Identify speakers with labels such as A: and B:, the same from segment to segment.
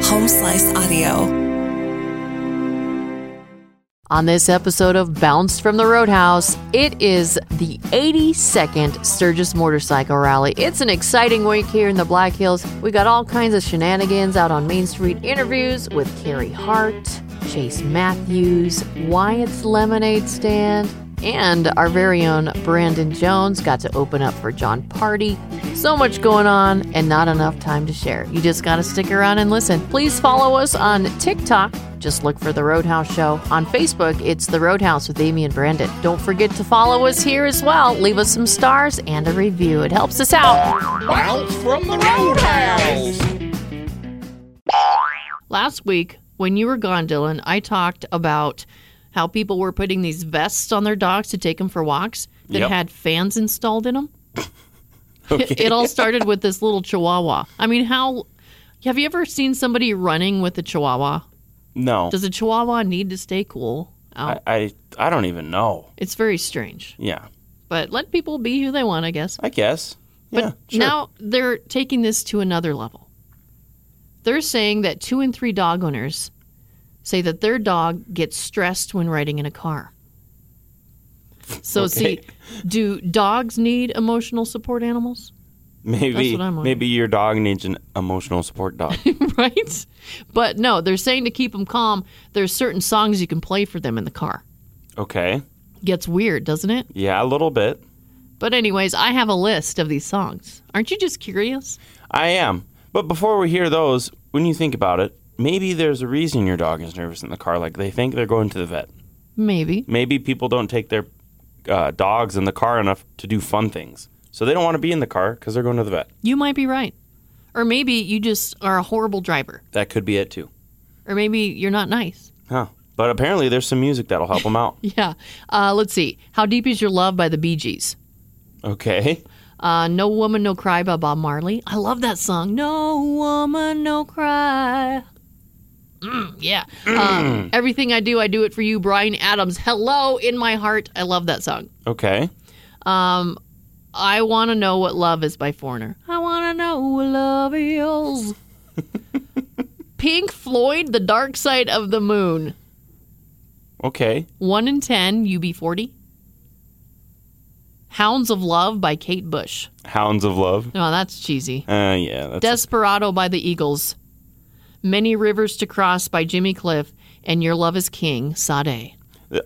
A: Slice Audio.
B: On this episode of Bounced from the Roadhouse, it is the 82nd Sturgis Motorcycle Rally. It's an exciting week here in the Black Hills. We got all kinds of shenanigans out on Main Street interviews with Carrie Hart, Chase Matthews, Wyatt's Lemonade Stand, and our very own Brandon Jones got to open up for John Party. So much going on and not enough time to share. You just got to stick around and listen. Please follow us on TikTok. Just look for The Roadhouse Show. On Facebook, it's The Roadhouse with Amy and Brandon. Don't forget to follow us here as well. Leave us some stars and a review, it helps us out.
C: Bounce from the roadhouse.
B: Last week, when you were gone, Dylan, I talked about how people were putting these vests on their dogs to take them for walks that
C: Yep.
B: had fans installed in them. It all started with this little chihuahua. I mean, how have you ever seen somebody running with a chihuahua?
C: No,
B: Does a chihuahua need to stay cool? Out?
C: Oh. I, I I don't even know.
B: it's very strange.
C: Yeah,
B: But let people be who they want, I guess.
C: I guess. yeah, sure.
B: Now they're taking this to another level. They're saying that two and three dog owners say that their dog gets stressed when riding in a car. So, see, do dogs need emotional support animals?
C: maybe
B: what I'm wondering.
C: maybe your dog needs an emotional support dog.
B: right? But no, they're saying to keep them calm, there's certain songs you can play for them in the car.
C: okay,
B: Gets weird, doesn't it?
C: yeah, a little bit.
B: But, anyways, I have a list of these songs. Aren't you just curious?
C: I am. But before we hear those, when you think about it, maybe there's a reason your dog is nervous in the car. Like they think they're going to the vet.
B: Maybe.
C: Maybe people don't take their uh, dogs in the car enough to do fun things, so they don't want to be in the car because they're going to the vet.
B: You might be right. Or maybe you just are a horrible driver.
C: That could be it too.
B: Or maybe you're not nice.
C: Huh. But apparently, there's some music that'll help them out.
B: Yeah. Uh, let's see. How Deep Is Your Love by the Bee Gees.
C: Okay.
B: Uh, no Woman, No Cry by Bob Marley. I love that song. No Woman, No Cry. Mm, yeah. Uh, Everything I Do, I Do It For You. Brian Adams. Hello in My Heart. I love that song.
C: Okay.
B: Um, I Want to Know What Love Is by Foreigner. I Want to Know What Love Is. Pink Floyd, The Dark Side of the Moon.
C: Okay.
B: 1 in 10, UB40. Hounds of Love by Kate Bush.
C: Hounds of Love.
B: No, that's cheesy.
C: Uh, yeah. That's
B: Desperado by the Eagles. Many Rivers to Cross by Jimmy Cliff. And Your Love is King, Sade.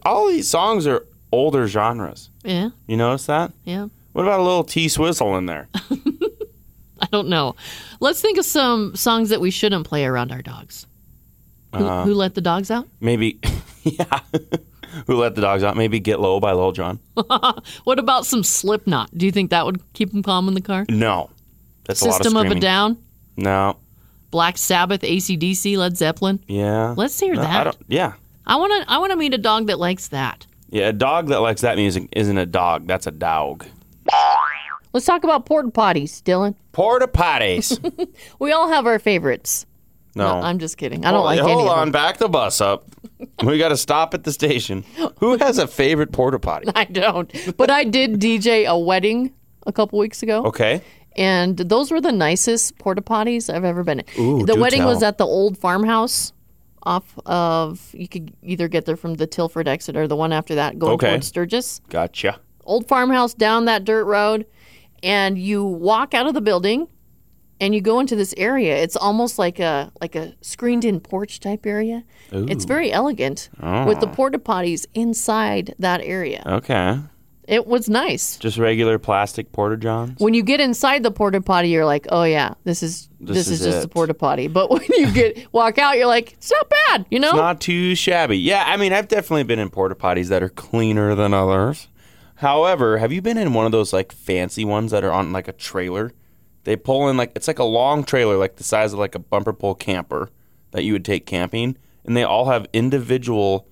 C: all these songs are older genres.
B: Yeah,
C: You notice that?
B: yeah.
C: What about a little T Swizzle in there?
B: I don't know. Let's think of some songs that we shouldn't play around our dogs. Who,
C: Uh,
B: who let the dogs out?
C: Maybe. yeah. Who let the dogs out? Maybe Get Low by Lil Jon.
B: What about some Slipknot? Do you think that would keep them calm in the car?
C: No. That's
B: System
C: a lot of
B: of, a
C: screaming.
B: Down,
C: No.
B: Black Sabbath, ACDC, Led Zeppelin.
C: Yeah.
B: Let's hear
C: No, I
B: that.
C: don't, yeah.
B: I want to. I want to meet a dog that likes that.
C: Yeah. A dog that likes that music isn't a dog. That's a dog.
B: Let's talk about porta potties, Dylan.
C: Porta potties.
B: We all have our favorites.
C: No.
B: I'm just kidding. I don't like
C: Hold
B: any of
C: on.
B: them.
C: Back the bus up. we got to stop at the station. Who has a favorite porta potty?
B: I don't. But I did DJ a wedding a couple weeks ago,
C: Okay.
B: and those were the nicest porta potties I've ever been in.
C: Ooh,
B: the
C: do
B: wedding was
C: tell.
B: at the old farmhouse. Off of you could either get there from the Tilford exit or the one after that going
C: Okay.
B: toward Sturgis.
C: Gotcha.
B: old farmhouse down that dirt road and you walk out of the building and you go into this area it's almost like a like a screened in porch type area it's very elegant with
C: Oh.
B: the porta potties inside that area
C: Okay.
B: it was nice
C: Just regular plastic porta johns.
B: when you get inside the porta potty you're like oh yeah this is this,
C: This
B: is,
C: is
B: just
C: it.
B: a porta potty but when you get walk out you're like it's not bad you know
C: Not too shabby. Yeah, I mean, I've definitely been in porta potties that are cleaner than others. However, have you been in one of those like fancy ones that are on like a trailer? They pull in like it's like a long trailer, like the size of like a bumper pull camper that you would take camping, and they all have individual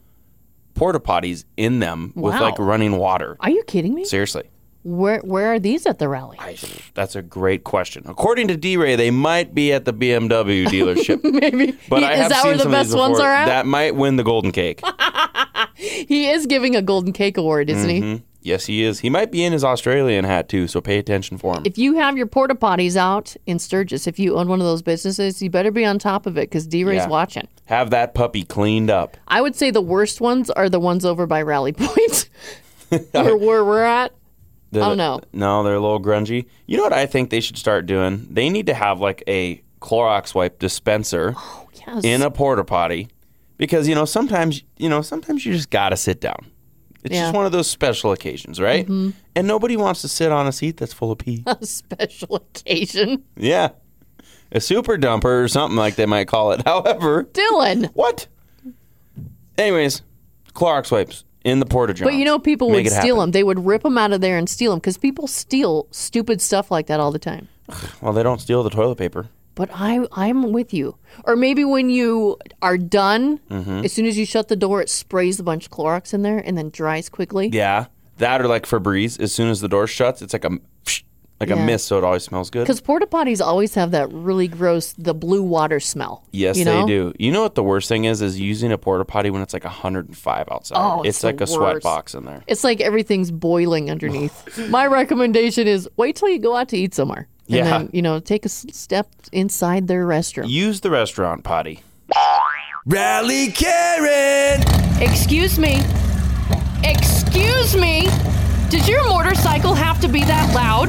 C: porta potties in them with
B: Wow.
C: like running water.
B: are you kidding me
C: Seriously.
B: where where are these at the rally
C: That's a great question. According to D-Ray, they might be at the BMW dealership. Maybe. But I
B: Is
C: have
B: that
C: seen
B: where the
C: some of these
B: best ones
C: before.
B: are at?
C: That might win the golden cake. Mm-hmm.
B: he is giving a golden cake award isn't he
C: Yes, he is. He might be in his Australian hat too, so pay attention for him.
B: If you have your porta potties out in Sturgis, if you own one of those businesses, you better be on top of it because D Ray's
C: Yeah.
B: watching.
C: Have that puppy cleaned up.
B: I would say the worst ones are the ones over by Rally Point, where where we're at.
C: The-
B: Oh, no.
C: No, they're a little grungy. You know what I think they should start doing? They need to have like a Clorox wipe dispenser
B: Oh, Yes.
C: in a porta potty because you know sometimes you know sometimes you just gotta sit down. It's
B: Yeah. Mm-hmm.
C: just one of those special occasions, right? And nobody wants to sit on a seat that's full of pee.
B: a special occasion.
C: yeah, a super dumper or something like they might call it. However,
B: Dylan.
C: what? Anyways, Clorox wipes in the porta johns.
B: But you know, people
C: Make
B: would
C: it
B: steal
C: happen.
B: them. They would rip them out of there and steal them because people steal stupid stuff like that all the time.
C: Well, they don't steal the toilet paper.
B: But I, I'm with you. Or maybe when you are done,
C: Mm-hmm.
B: as soon as you shut the door, it sprays a bunch of Clorox in there and then dries quickly.
C: Yeah, that or like Febreze. As soon as the door shuts, it's like a like
B: Yeah.
C: a mist, so it always smells good.
B: Because porta potties always have that really gross, the blue water smell.
C: Yes,
B: you know?
C: they do. You know what the worst thing is? Is using a porta potty when it's like 105 outside.
B: Oh, it's the
C: like a sweat
B: worst.
C: box in there.
B: It's like everything's boiling underneath. My recommendation is wait till you go out to eat somewhere. And
C: Yeah.
B: then, you know, take a s- step inside their restroom.
C: Use the restaurant potty.
A: Rally Karen!
B: Excuse me. Excuse me. Did your motorcycle have to be that loud?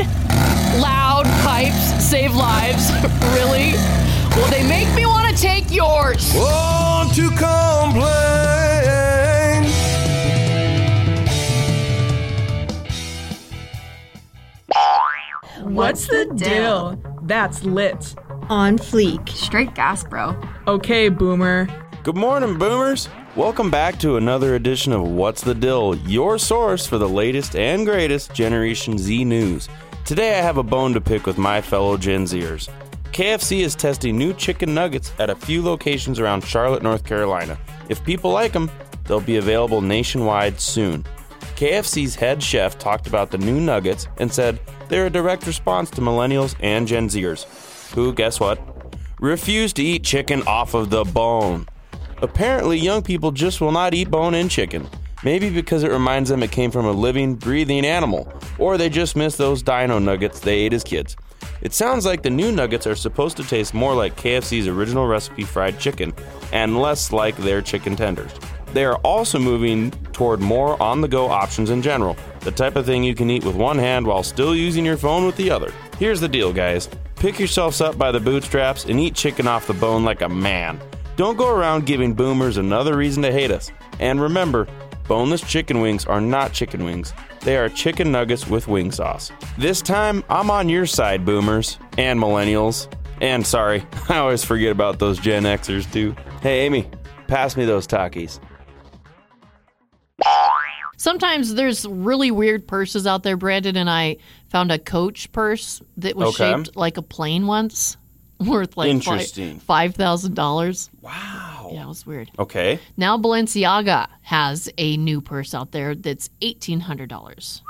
B: Loud pipes save lives. really? Well, they make me want to take yours.
A: Want to complain?
D: What's the deal? That's lit.
E: on fleek.
F: Straight gas, bro.
D: Okay, boomer.
C: Good morning, boomers. Welcome back to another edition of What's the Dill, your source for the latest and greatest Generation Z news. Today I have a bone to pick with my fellow Gen Zers. KFC is testing new chicken nuggets at a few locations around Charlotte, North Carolina. If people like them, they'll be available nationwide soon. KFC's head chef talked about the new nuggets and said they're a direct response to millennials and Gen Zers, who, guess what, refuse to eat chicken off of the bone. Apparently, young people just will not eat bone in chicken. Maybe because it reminds them it came from a living, breathing animal, or they just miss those dino nuggets they ate as kids. It sounds like the new nuggets are supposed to taste more like KFC's original recipe fried chicken and less like their chicken tenders. They are also moving toward more on the go options in general, the type of thing you can eat with one hand while still using your phone with the other. Here's the deal, guys pick yourselves up by the bootstraps and eat chicken off the bone like a man. Don't go around giving boomers another reason to hate us. And remember, boneless chicken wings are not chicken wings, they are chicken nuggets with wing sauce. This time, I'm on your side, boomers and millennials. And sorry, I always forget about those Gen Xers too. Hey, Amy, pass me those Takis.
B: Sometimes there's really weird purses out there. Brandon and I found a coach purse that was
C: Okay.
B: shaped like a plane once, worth like fi-
C: Interesting.
B: $5,000. Wow. Yeah, it was weird.
C: Okay.
B: Now Balenciaga has a new purse out there that's eighteen hundred dollars,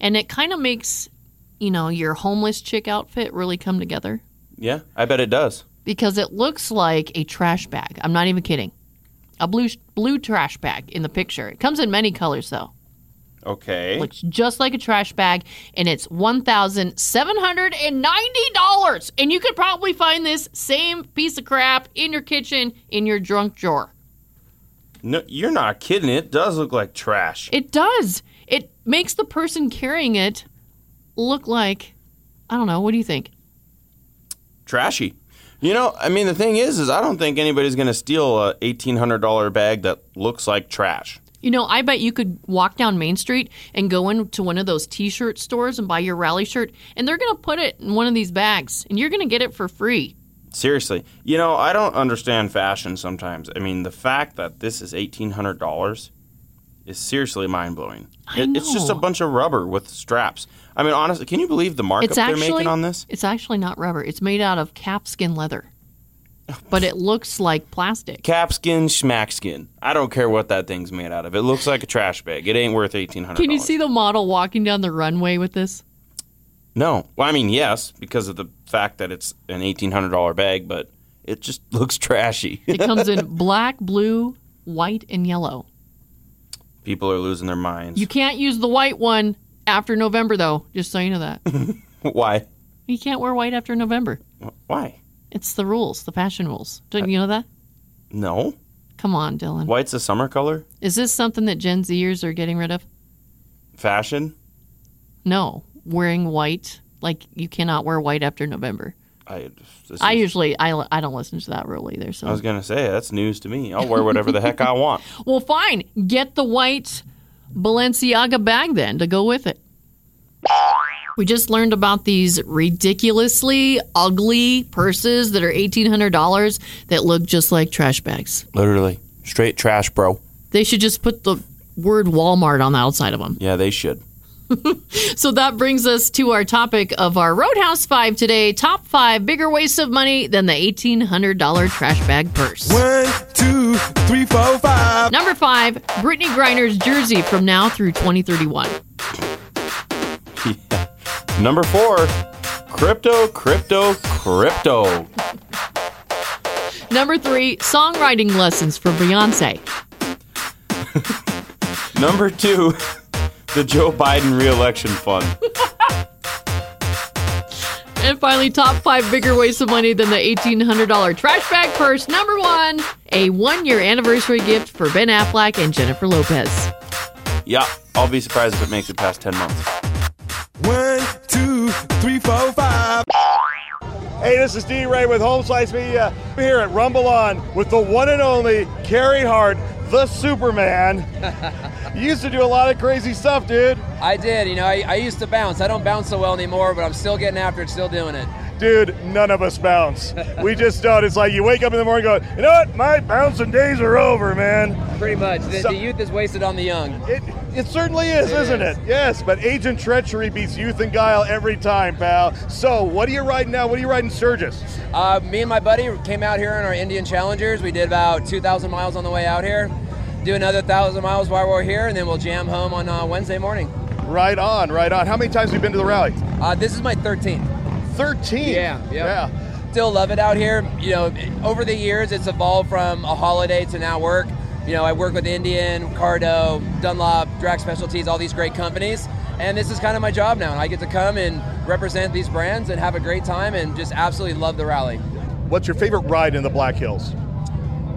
B: and it kind of makes you know your homeless chick outfit really come together
C: Yeah, I bet it does.
B: because it looks like a trash bag. I'm not even kidding, a blue blue trash bag in the picture. It comes in many colors though.
C: Okay.
B: Looks just like a trash bag, and it's one thousand seven hundred and ninety dollars. And you could probably find this same piece of crap in your kitchen in your drunk drawer.
C: No, you're not kidding. It does look like trash.
B: It does. It makes the person carrying it look like I don't know. What do you think?
C: Trashy. You know, I mean, the thing is, is I don't think anybody's going to steal a eighteen hundred dollar bag that looks like trash.
B: You know, I bet you could walk down Main Street and go into one of those T-shirt stores and buy your rally shirt, and they're gonna put it in one of these bags, and you're gonna get it for free.
C: Seriously, you know, I don't understand fashion sometimes. I mean, the fact that this is eighteen hundred dollars is seriously mind blowing.
B: I
C: It, it's just a
B: know.
C: bunch of rubber with straps. I mean, honestly, can you believe the markup
B: It's
C: they're
B: actually
C: making on this?
B: It's actually not rubber. It's made out of calfskin leather, but it looks like plastic.
C: Capskin, schmackskin. I don't care what that thing's made out of. It looks like a trash bag. It ain't worth eighteen hundred.
B: Can you see the model walking down the runway with this?
C: No. Well, I mean, yes, because of the fact that it's an eighteen hundred dollar bag, but it just looks trashy.
B: It comes in black, blue, white, and yellow.
G: People are losing their minds.
B: You can't use the white one after November, though, just so you know that.
G: Why?
B: you can't wear white after November.
G: Why?
B: It's the rules, the fashion rules.
C: Uh,
B: Didn't you know that?
G: No.
B: Come on, Dylan.
G: White's a summer color.
B: Is this something that Gen Zers are getting rid of?
G: Fashion.
B: No, wearing white. Like you cannot wear white after November.
G: I. This
B: I
G: is-
B: usually I, I don't listen to that rule either. So
G: I was gonna say that's news to me. I'll wear whatever the heck I want.
B: well, fine. Get the white Balenciaga bag then to go with it. We just learned about these ridiculously ugly purses that are eighteen hundred dollars that look just like trash bags.
G: Literally, straight trash, bro.
B: They should just put the word Walmart on the outside of them.
G: Yeah, they should.
B: So that brings us to our topic of our Roadhouse 5 today. Top 5 bigger wastes of money than the $1,800 trash bag purse.
H: One, two, three, four, five.
B: Number 5, Brittany Griner's jersey from now through 2031.
G: Number four, crypto, crypto, crypto.
B: Number 3, songwriting lessons from Beyonce.
G: Number two, the Joe Biden reelection fund.
B: And finally, top 5 bigger wastes of money than the $1,800 trash bag purse. Number 1, a 1-year anniversary gift for Ben Affleck and Jennifer Lopez.
G: Yeah, I'll be surprised if it makes it past ten months.
H: One, two, three, four, five.
E: Hey, this is D Ray with Home Slice Media I'm here at Rumble On with the one and only Carrie Hart, the Superman. you used to do a lot of crazy stuff, dude.
I: I did. You know, I, I used to bounce. I don't bounce so well anymore, but I'm still getting after it, still doing it.
E: Dude, none of us bounce. We just don't. It's like you wake up in the morning going, you know what? My bouncing days are over, man.
I: Pretty much. The,
E: So-
I: the youth is wasted on the young.
E: It, it certainly is,
I: It
E: is isn't
I: is.
E: it? Yes, but Agent Treachery beats Youth and Guile every time, pal. So, what are you riding now? What are you riding, Sturgis?
I: Uh, me and my buddy came out here in our Indian Challengers. We did about 2,000 miles on the way out here. Do another 1,000 miles while we're here, and then we'll jam home on uh, Wednesday morning.
E: Right on, right on. How many times have you been to the rally?
I: Uh, this is my 13th.
E: 13.
I: Yeah, yep.
E: Yeah.
I: Still love it out here. You know, over the years, it's evolved from a holiday to now work. You know, I work with Indian, Cardo, Dunlop, Drag Specialties, all these great companies. And this is kind of my job now. I get to come and represent these brands and have a great time and just absolutely love the rally.
E: What's your favorite ride in the Black Hills?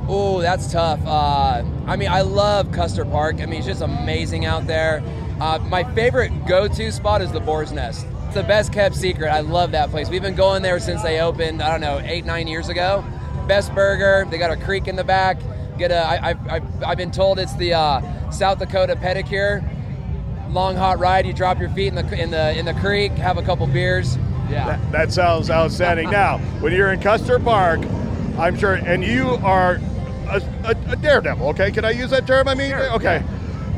I: Oh, that's tough. Uh, I mean, I love Custer Park. I mean, it's just amazing out there. Uh, my favorite go-to spot is the Boar's Nest. It's the best kept secret. I love that place. We've been going there since they opened. I don't know, eight nine years ago. Best burger. They got a creek in the back. Get a. I, I, I, I've been told it's the uh, South Dakota pedicure. Long hot ride. You drop your feet in the in the in the creek. Have a couple beers. Yeah.
E: That, that sounds outstanding. now, when you're in Custer Park, I'm sure, and you are a, a, a daredevil. Okay, can I use that term? I mean, okay,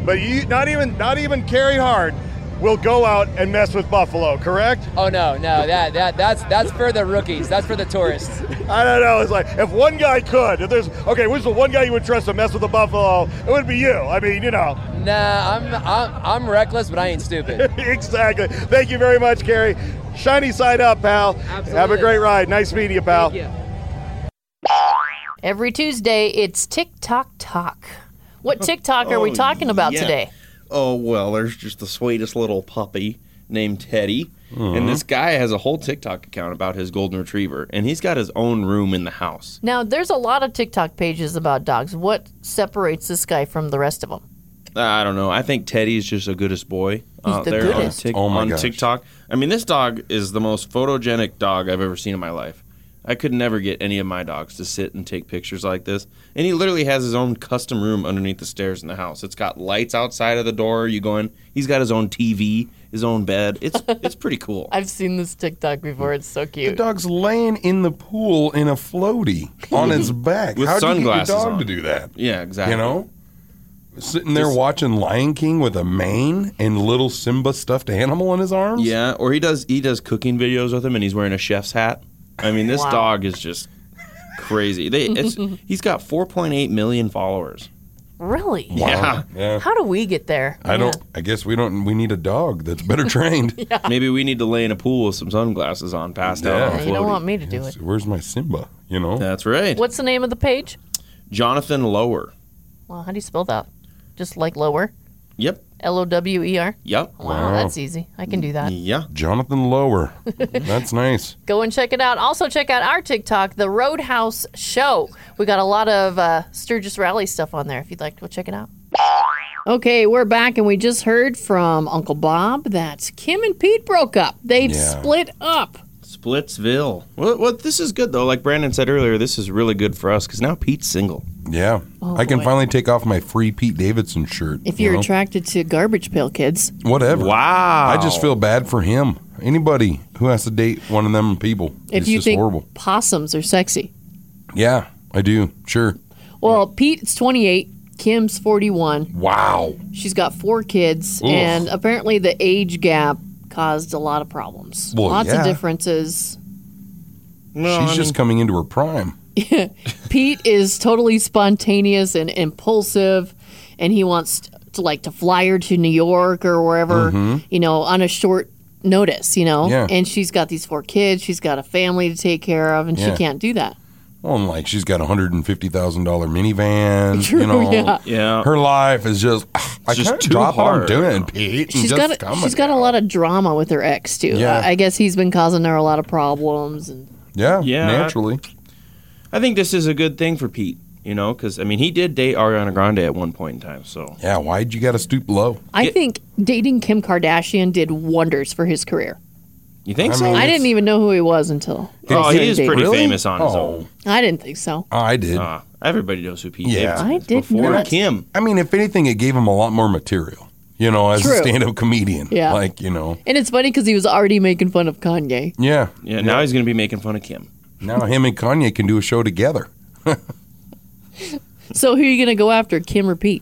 E: but you not even not even Carrie Hart will go out and mess with Buffalo, correct?
I: Oh no, no. That that that's that's for the rookies. That's for the tourists.
E: I don't know. It's like if one guy could, if there's okay, who's the one guy you would trust to mess with the Buffalo? It would be you. I mean, you know.
I: Nah, I'm, I'm I'm reckless, but I ain't stupid.
E: exactly. Thank you very much, Gary. Shiny side up, pal. Have a
I: Absolutely.
E: great ride. Nice meeting you, pal.
B: Every Tuesday, it's TikTok Talk. What TikTok are we talking about
C: Oh, yeah.
B: today?
C: Oh well, there's just the sweetest little puppy named Teddy,
G: Uh-huh.
C: and this guy has a whole TikTok account about his golden retriever, and he's got his own room in the house.
B: Now, there's a lot of TikTok pages about dogs. What separates this guy from the rest of them?
C: I don't know. I think Teddy is just the goodest boy out
B: the
C: there
B: goodest.
C: on, Tik-
G: Oh my
C: on
G: gosh.
C: TikTok. I mean, this dog is the most photogenic dog I've ever seen in my life. I could never get any of my dogs to sit and take pictures like this. And he literally has his own custom room underneath the stairs in the house. It's got lights outside of the door. You go in. He's got his own TV, his own bed. It's it's pretty cool.
B: I've seen this TikTok before. It's so
J: The
B: cute.
J: dog's laying in the pool in a floaty on its back.
C: With
J: How do you get
C: sunglasses
J: your dog
C: on.
J: to do that?
C: Yeah, exactly.
J: You know, sitting there watching Lion King with a mane and little Simba stuffed animal in his arms.
C: Yeah, or he does he does cooking videos with him, and he's wearing a chef's hat. I mean, this
B: Wow.
C: dog is just crazy. They it's, he's got 4.8 million followers.
B: Really?
C: Yeah,
J: Yeah.
B: How do we get there?
J: I don't. I guess we don't. We need a dog that's better trained.
C: maybe we need to lay in a pool with some sunglasses on, passed out.
J: Yeah.
C: on a
B: Yeah, You don't
C: floaty.
B: want me to do it.
J: Where's my Simba? You know.
C: That's right.
B: What's the name of the page?
C: Jonathan Lower.
B: Well, how do you spell that? just like lower.
C: Yep.
B: L O W E R.
C: Yep.
B: Wow,
J: Wow.
B: that's easy. I can do that.
C: Yeah.
J: Jonathan Lower. That's nice.
B: Go and check it out. Also, check out our TikTok, The Roadhouse Show. We got a lot of uh, Sturgis Rally stuff on there if you'd like to go check it out. Okay, we're back, and we just heard from Uncle Bob that Kim and Pete broke up. They've
J: Yeah.
B: split up.
C: Splitsville. Well, well, this is good though. Like Brandon said earlier, this is really good for us because now Pete's single.
J: Yeah. I can
B: Oh, boy.
J: finally take off my free Pete Davidson shirt.
B: If
J: you
B: you're
J: know?
B: attracted to garbage pail kids,
J: whatever.
C: Wow.
J: I just feel bad for him. Anybody who has to date one of them people,
B: if
J: it's
B: you
J: just
B: think
J: horrible.
B: possums are sexy.
J: Yeah, I do. Sure.
B: Well, Pete's 28, Kim's 41.
J: Wow.
B: She's got four kids,
J: Oof.
B: and apparently the age gap caused a lot of problems.
J: Well,
B: Lots
J: yeah.
B: of differences.
C: No,
J: She's
C: I
J: just
C: mean-
J: coming into her prime.
B: Pete is totally spontaneous and impulsive, and he wants to like to fly her to New York or wherever, you know, on a short notice, you know.
J: Mm-hmm. Yeah.
B: And she's got these four kids, she's got a family to take care of, and
J: Yeah.
B: she can't do that.
J: Well, and like she's got a hundred and fifty thousand dollar minivan.
B: True,
J: you know,
B: yeah.
C: Yeah.
J: her life is just. I
C: just
J: can't
C: too
J: drop what I'm
C: hard.
J: doing, Pete. and
B: She's
J: just
B: got a,
J: come
B: she's got a
J: out.
B: lot of drama with her ex too.
J: Yeah.
B: I, I guess he's been causing her a lot of problems. And
J: Yeah,
C: Yeah.
J: naturally.
C: I think this is a good thing for Pete. You know, because I mean, he did date Ariana Grande at one point in time. So
J: Yeah, why'd you got to stoop low?
B: I
C: Yeah.
B: think dating Kim Kardashian did wonders for his career.
C: you think
J: I
C: so?
J: mean-
B: I didn't even know who he was until
C: oh,
B: I
C: he is
B: dated.
C: pretty
J: Really?
C: famous on his
J: Oh,
C: own.
B: I didn't think so.
J: I did.
C: Ah, everybody knows who Pete
J: Yeah.
C: Davidson
B: I
C: is.
B: did
C: Before
B: not.
C: Kim.
J: I mean, if anything, it gave him a lot more material. You know, as
B: True.
J: a stand-up comedian.
B: Yeah.
J: like you know.
B: And it's funny because he was already making fun of Kanye.
J: Yeah.
C: Yeah, now he's going to be making fun of Kim.
J: Now him and Kanye can do a show together.
B: So who are you going to go after, Kim or Pete?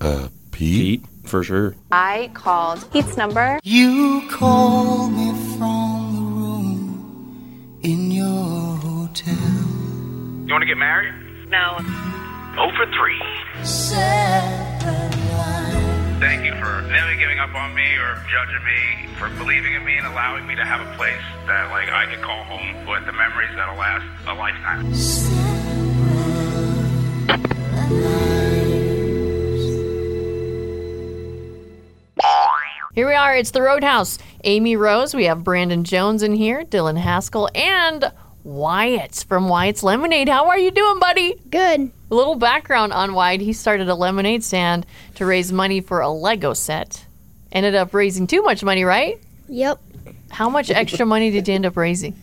J: Uh, Pete.
C: Pete, for sure.
D: I called Pete's number.
H: You call me from the room in your hotel.
G: You want to get married?
D: No.
G: Oh for 3.
H: Separate lines.
G: Thank you for never giving up on me or judging me, for believing in me and allowing me to have a place that like I could call home with the memories that'll last a lifetime.
B: Here we are. It's the Roadhouse. Amy Rose. We have Brandon Jones in here, Dylan Haskell, and Wyatt from Wyatt's Lemonade. How are you doing, buddy?
D: Good.
B: A little background on Wyatt. He started a lemonade stand to raise money for a Lego set. Ended up raising too much money, right?
H: Yep.
B: How much extra money did you end up raising?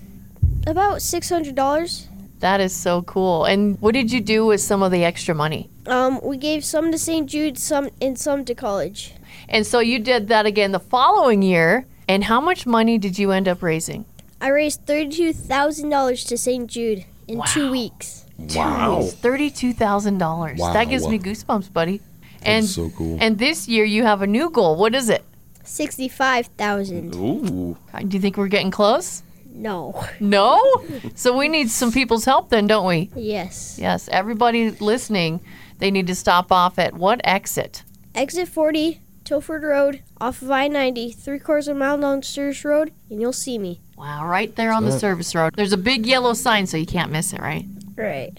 H: About six hundred dollars.
B: That is so cool. And what did you do with some of the extra money?
H: Um, we gave some to St. Jude, some and some to college.
B: And so you did that again the following year. And how much money did you end up raising?
H: I raised thirty-two thousand dollars to St. Jude in two weeks.
J: Wow.
B: Thirty-two thousand dollars.
J: Wow.
B: That gives me goosebumps, buddy. And
J: so cool.
B: And this year you have a new goal. What is it? Uh,
H: Sixty-five thousand.
C: Ooh.
B: Do you think we're getting close?
H: No.
B: No. so we need some people's help, then, don't we?
H: Yes.
B: Yes. Everybody listening, they need to stop off at what exit?
H: Exit forty, Tilford Road, off of I ninety, three quarters of a mile down Sears Road, and you'll see me.
B: Wow, right there on the service road. There's a big yellow sign, so you can't miss it, right?
H: Right.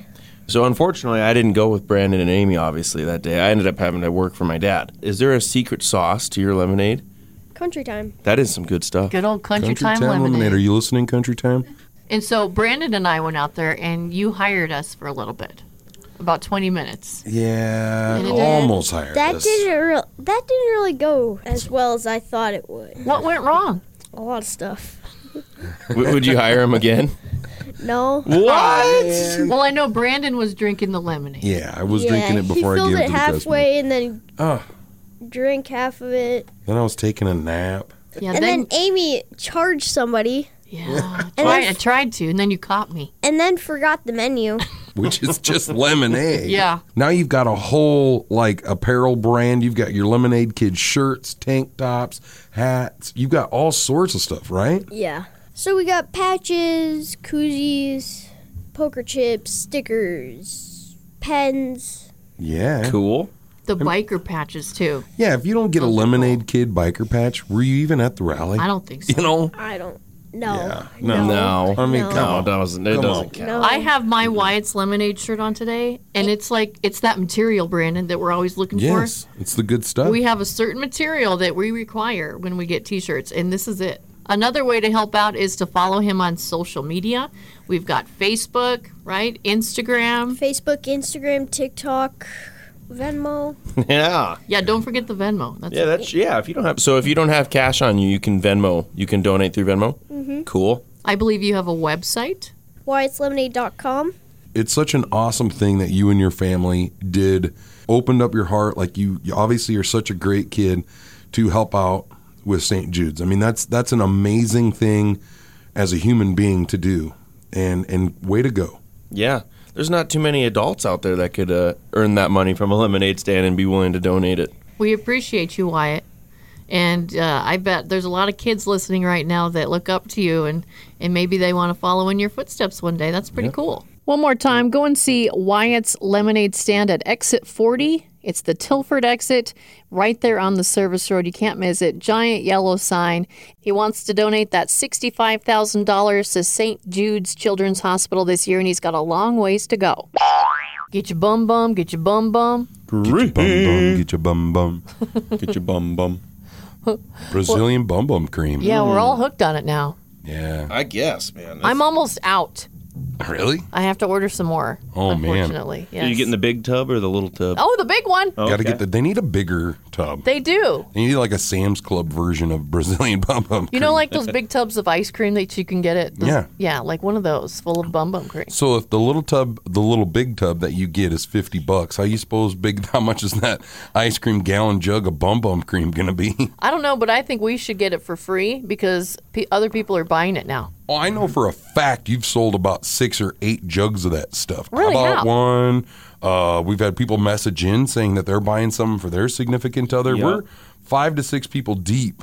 C: So unfortunately, I didn't go with Brandon and Amy. Obviously, that day I ended up having to work for my dad. Is there a secret sauce to your lemonade?
H: Country time.
C: That is some good stuff.
B: Good old country, time, lemonade.
J: Lemonade. Are you listening, Country Time?
B: And so Brandon and I went out there, and you hired us for a little bit, about 20 minutes.
J: Yeah,
B: And it-
J: almost hired
H: That
J: us.
H: didn't real. That didn't really go as well as I thought it would.
B: What went wrong?
H: A lot of stuff.
C: W- would you hire him again?
H: No. Oh,
C: What?
B: Well, I know Brandon was drinking the lemonade.
J: Yeah, I was drinking it before
H: he
J: I
H: filled
J: gave it,
H: it
J: to the customer.
H: halfway and then
J: Ah.
H: drank half of it.
J: Then I was taking a nap.
B: Yeah,
H: And then, Amy charged somebody
B: yeah,
H: And
B: tried,
H: then-
B: I tried to, and then you caught me.
H: and then forgot the menu.
J: which is just lemonade.
B: Yeah.
J: Now you've got a whole like apparel brand. You've got your lemonade kid shirts, tank tops, hats. You've got all sorts of stuff, right?
H: yeah. So we got patches, koozies, poker chips, stickers, pens.
J: Yeah.
C: Cool.
B: The biker patches too.
J: Yeah. If you don't get a lemonade kid biker patch, were you even at the rally?
B: I don't think so.
J: You know,
H: I don't. No.
K: No. No. I mean, come on. That wasn't, it
J: Come
K: doesn't
J: on.
K: count.
B: I have my Wyatt's Lemonade shirt on today, and it's like it's that material, Brandon, that we're always looking
J: Yes, it's the good stuff.
B: for. We have a certain material that we require when we get T-shirts, and this is it. Another way to help out is to follow him on social media. We've got Facebook, right? Instagram.
H: Facebook, Instagram, TikTok, Venmo.
K: Yeah.
B: Yeah, don't forget the Venmo. That's
K: Yeah, that's yeah. If you don't have so if you don't have cash on you, you can Venmo. You can donate through Venmo.
B: Mm-hmm.
H: Mhm.
K: Cool.
B: I believe you have a website.
H: Whyatt'sLemonade.com.
J: it's such an awesome thing that you and your family did opened up your heart like you, you obviously are such a great kid to help out with St. Jude's. I mean that's that's an amazing thing as a human being to do. And and way to go.
K: Yeah. There's not too many adults out there that could uh, earn that money from a lemonade stand and be willing to donate it.
B: We appreciate you, Wyatt. And uh, I bet there's a lot of kids listening right now that look up to you and, and maybe they want to follow in your footsteps one day. That's pretty cool. One more time, go and see Wyatt's Lemonade Stand at exit 40. It's the Tilford exit, right there on the service road. You can't miss it. Giant yellow sign. He wants to donate that $65,000 to St. Jude's Children's Hospital this year, and he's got a long ways to go. Get your bum bum, get your bum bum.
J: Get your bum bum, get your bum bum. get your bum bum. Brazilian bum bum cream.
B: Yeah, we're all hooked on it now.
J: Mm. Yeah.
K: I guess, man.
B: I'm almost out.
J: Really?
B: I have to order some more.
J: Oh man.
B: unfortunately, yes.
K: Are you getting the big tub or the little tub?
B: Oh, the big one.
J: Got to get the they need a bigger tub.
B: They do.
J: Uh, They need like a Sam's Club version of Brazilian bum bum.
B: You know, like those big tubs of ice cream that you can get at. those-
J: Yeah.
B: Yeah, like one of those full of bum bum cream.
J: So if the little tub, the little big tub that you get is fifty bucks, how you suppose big? How much is that ice cream gallon jug of bum bum cream gonna be?
B: I don't know, but I think we should get it for free because pe other people are buying it now.
J: Oh, I know for a fact you've sold about six or eight jugs of that stuff. I
B: Really?
J: bought
B: How?
J: one. Uh, we've had people message in saying that they're buying some for their significant other.
K: Yeah.
J: We're five to six people deep.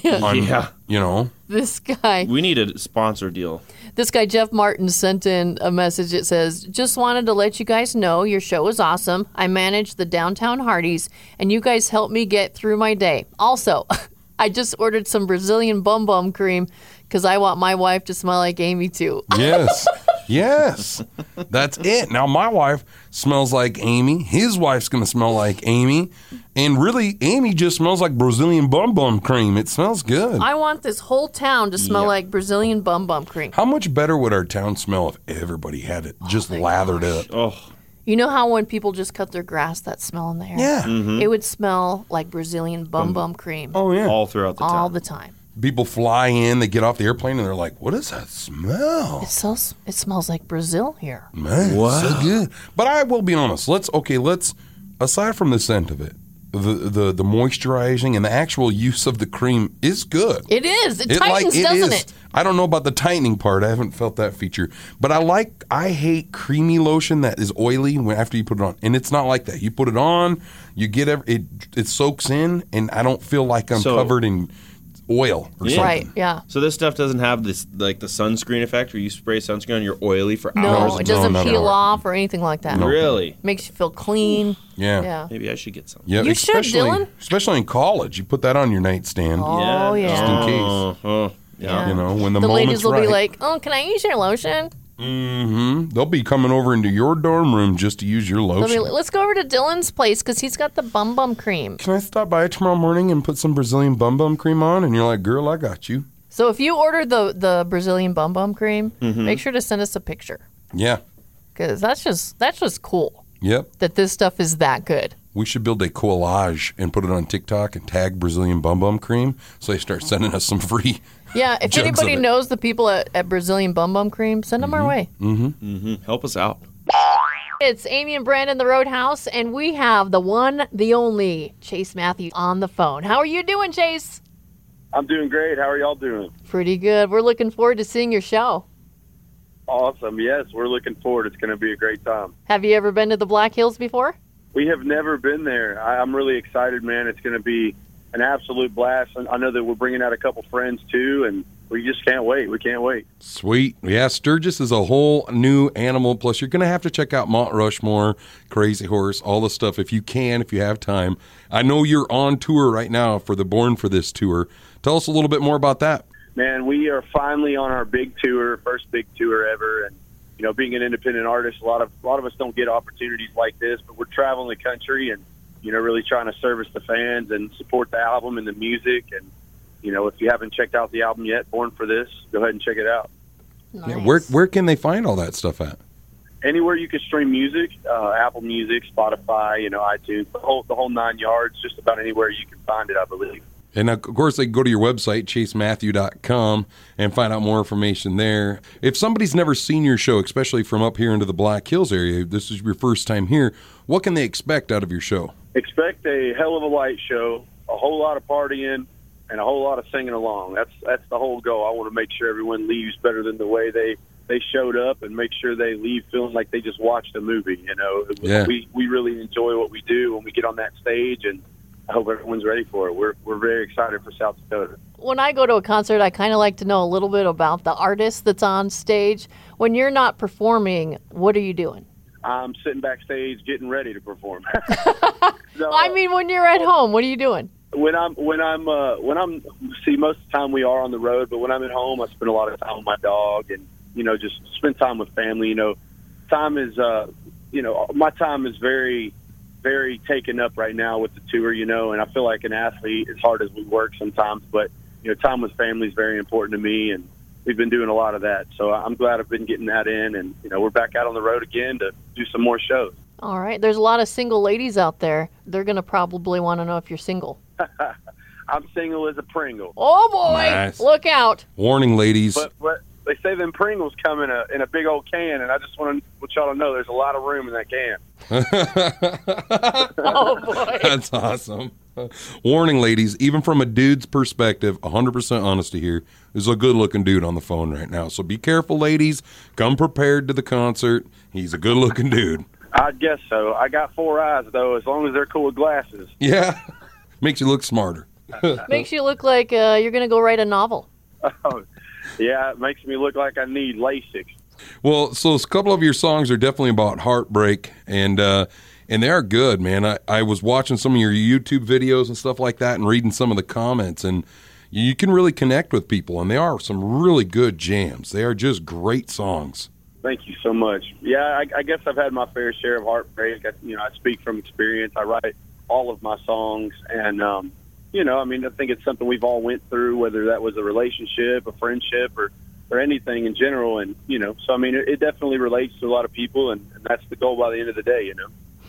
B: Yeah.
J: on,
K: Yeah.
J: You know.
B: This guy.
K: We need a sponsor deal.
B: This guy, Jeff Martin, sent in a message that says, Just wanted to let you guys know your show is awesome. I manage the downtown Hardee's, and you guys help me get through my day. Also, I just ordered some Brazilian bum bum cream because I want my wife to smell like Amy, too.
J: Yes. Yes. That's it. Now my wife smells like Amy. His wife's going to smell like Amy. And really Amy just smells like Brazilian bum bum cream. It smells good.
B: I want this whole town to smell like Brazilian bum bum cream.
J: How much better would our town smell if everybody had it just lathered up?
K: Oh.
B: You know how when people just cut their grass, that smell in the air?
J: Yeah. Mhm.
K: Mm-hmm.
B: It would smell like Brazilian bum bum cream
J: Oh yeah.
K: All throughout the
B: all
K: town.
B: the time.
J: People fly in, they get off the airplane and they're like, "What is that smell?"
B: It, smells, it smells like Brazil here.
J: Man,
K: Wow.
J: so good. But I will be honest. Let's okay. Let's aside from the scent of it, the the the moisturizing and the actual use of the cream is good.
B: It is. It, tightens, doesn't it?
J: I don't know about the tightening part. I haven't felt that feature, but I like. I hate creamy lotion that is oily when after you put it on, and it's not like that. You put it on, you get every, it. It soaks in, and I don't feel like I'm
K: So-
J: covered in oil or something.
B: Right, yeah.
K: So this stuff doesn't have this like the sunscreen effect where you spray sunscreen on you're oily for hours.
B: No, it
K: and
B: doesn't
J: no, no,
B: peel
J: no.
B: off or anything like that.
K: Really?
B: Makes you feel clean.
J: Yeah.
B: Yeah.
K: Maybe I should get some.
J: Yeah,
B: You should,
J: especially-
B: Dylan.
J: Especially in college, you put that on your nightstand.
B: Oh, yeah.
J: Just in case.
K: Oh, oh, yeah.
J: You know, when the,
B: The
J: moment's
B: ladies will
J: right.
B: be like, oh, can I use your lotion?
J: mm-hmm. They'll be coming over into your dorm room just to use your
B: They'll
J: lotion.
B: be like, Let's go over to Dylan's place because he's got the bum bum cream.
J: Can I stop by tomorrow morning and put some Brazilian bum bum cream on? And you're like, girl, I got you.
B: So if you order the, the Brazilian bum bum cream,
K: Mm-hmm.
B: make sure to send us a picture
J: Yeah.
B: because that's just that's just cool
J: Yep.
B: that this stuff is that good.
J: We should build a collage and put it on TikTok and tag Brazilian bum bum cream so they start sending us some free.
B: Yeah, if
J: Jugs of
B: anybody
J: it.
B: knows the people at, at Brazilian Bum Bum Cream, send them our way.
K: Mm-hmm. Mm-hmm. Help us out.
B: It's Amy and Brandon, the Roadhouse, and we have the one, the only Chase Matthews on the phone. How are you doing, Chase?
L: I'm doing great. How are y'all doing?
B: Pretty good. We're looking forward to seeing your show.
L: Awesome. Yes, we're looking forward. It's going to be a great time.
B: Have you ever been to the Black Hills before?
L: We have never been there. I, I'm really excited, man. It's going to be an absolute blast. And I know that we're bringing out a couple friends too, and we just can't wait. We can't wait.
J: Sweet. Yeah, Sturgis is a whole new animal. Plus, you're going to have to check out Mount Rushmore, Crazy Horse, all the stuff if you can, if you have time. I know you're on tour right now for the Born for This tour. Tell us a little bit more about that.
L: man, we are finally on our big tour, first big tour ever, and you know, being an independent artist, a lot of a lot of us don't get opportunities like this, but we're traveling the country and you know, really trying to service the fans and support the album and the music. And you know, if you haven't checked out the album yet, Born for This, go ahead and check it out.
J: Yeah, where where can they find all that stuff at?
L: Anywhere you can stream music, uh, Apple Music, Spotify, you know, iTunes, the whole the whole nine yards, just about anywhere you can find it, I believe.
J: And of course, they can go to your website, chasematthew.com, and find out more information there. If somebody's never seen your show, especially from up here into the Black Hills area, this is your first time here, what can they expect out of your show?
L: Expect a hell of a light show, a whole lot of partying, and a whole lot of singing along. That's that's the whole goal. I want to make sure everyone leaves better than the way they they showed up, and make sure they leave feeling like they just watched a movie. You know,
J: Yeah.
L: we we really enjoy what we do when we get on that stage, and I hope everyone's ready for it. We're we're very excited for South Dakota.
B: When I go to a concert, I kind of like to know a little bit about the artist that's on stage. When you're not performing, what are you doing?
L: I'm sitting backstage getting ready to perform.
B: I mean, when you're at home, what are you doing?
L: when I'm when I'm uh, when I'm see most of the time we are on the road, but when I'm at home, I spend a lot of time with my dog and you know just spend time with family. You know, time is uh, you know my time is very very taken up right now with the tour. You know, and I feel like an athlete as hard as we work sometimes, but you know time with family is very important to me, and we've been doing a lot of that. So I'm glad I've been getting that in, and you know we're back out on the road again to do some more shows.
B: All right. There's a lot of single ladies out there. They're going to probably want to know if you're single.
L: I'm single as a Pringle.
B: Oh, boy.
J: Nice.
B: Look out.
J: Warning, ladies.
L: But, but they say them Pringles come in a in a big old can, and I just want to want y'all to know there's a lot of room in that can.
B: oh boy,
J: that's awesome. Warning, ladies, even from a dude's perspective, 100% honesty here, there's a good looking dude on the phone right now. So be careful, ladies. Come prepared to the concert. He's a good looking dude.
L: I guess so. I got four eyes though, as long as they're cool with glasses.
J: Yeah. Makes you look smarter.
B: Makes you look like uh, you're going to go write a novel.
L: yeah, it makes me look like I need LASIK.
J: Well, so a couple of your songs are definitely about heartbreak, and uh, and they are good, man. I, I was watching some of your YouTube videos and stuff like that, and reading some of the comments, and you can really connect with people, and they are some really good jams. They are just great songs.
L: Thank you so much. Yeah, I, I guess I've had my fair share of heartbreak. I, you know, I speak from experience. I write all of my songs, and um, you know, I mean, I think it's something we've all went through, whether that was a relationship, a friendship, or or anything in general. And you know, so I mean, it, it definitely relates to a lot of people, and, and that's the goal by the end of the day. You know,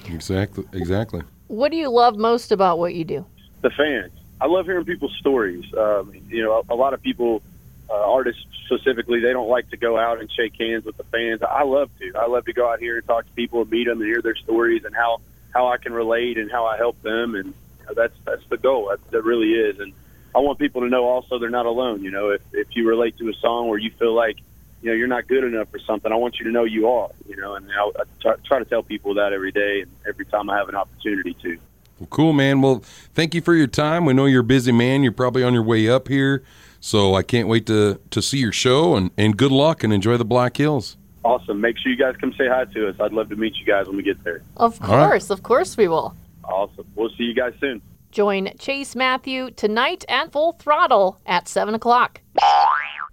J: Exactly, exactly.
B: What do you love most about what you do?
L: the fans. I love hearing people's stories. Um, you know, a, a lot of people, uh, artists specifically, they don't like to go out and shake hands with the fans. I love to. I love to go out here and talk to people and meet them and hear their stories and how how I can relate and how I help them. And you know, that's that's the goal. That, that really is. And I want people to know also they're not alone. You know, if if you relate to a song where you feel like you know you're not good enough for something, I want you to know you are. You know, and I, I try, try to tell people that every day and every time I have an opportunity to.
J: Well, cool, man. Well, thank you for your time. We know you're a busy man. You're probably on your way up here, so I can't wait to to see your show. and And good luck and enjoy the Black Hills.
L: Awesome. Make sure you guys come say hi to us. I'd love to meet you guys when we get there.
B: Of
J: All right.
B: course, of course we will.
L: Awesome. We'll see you guys soon.
B: Join Chase Matthew tonight at Full Throttle at 7 o'clock.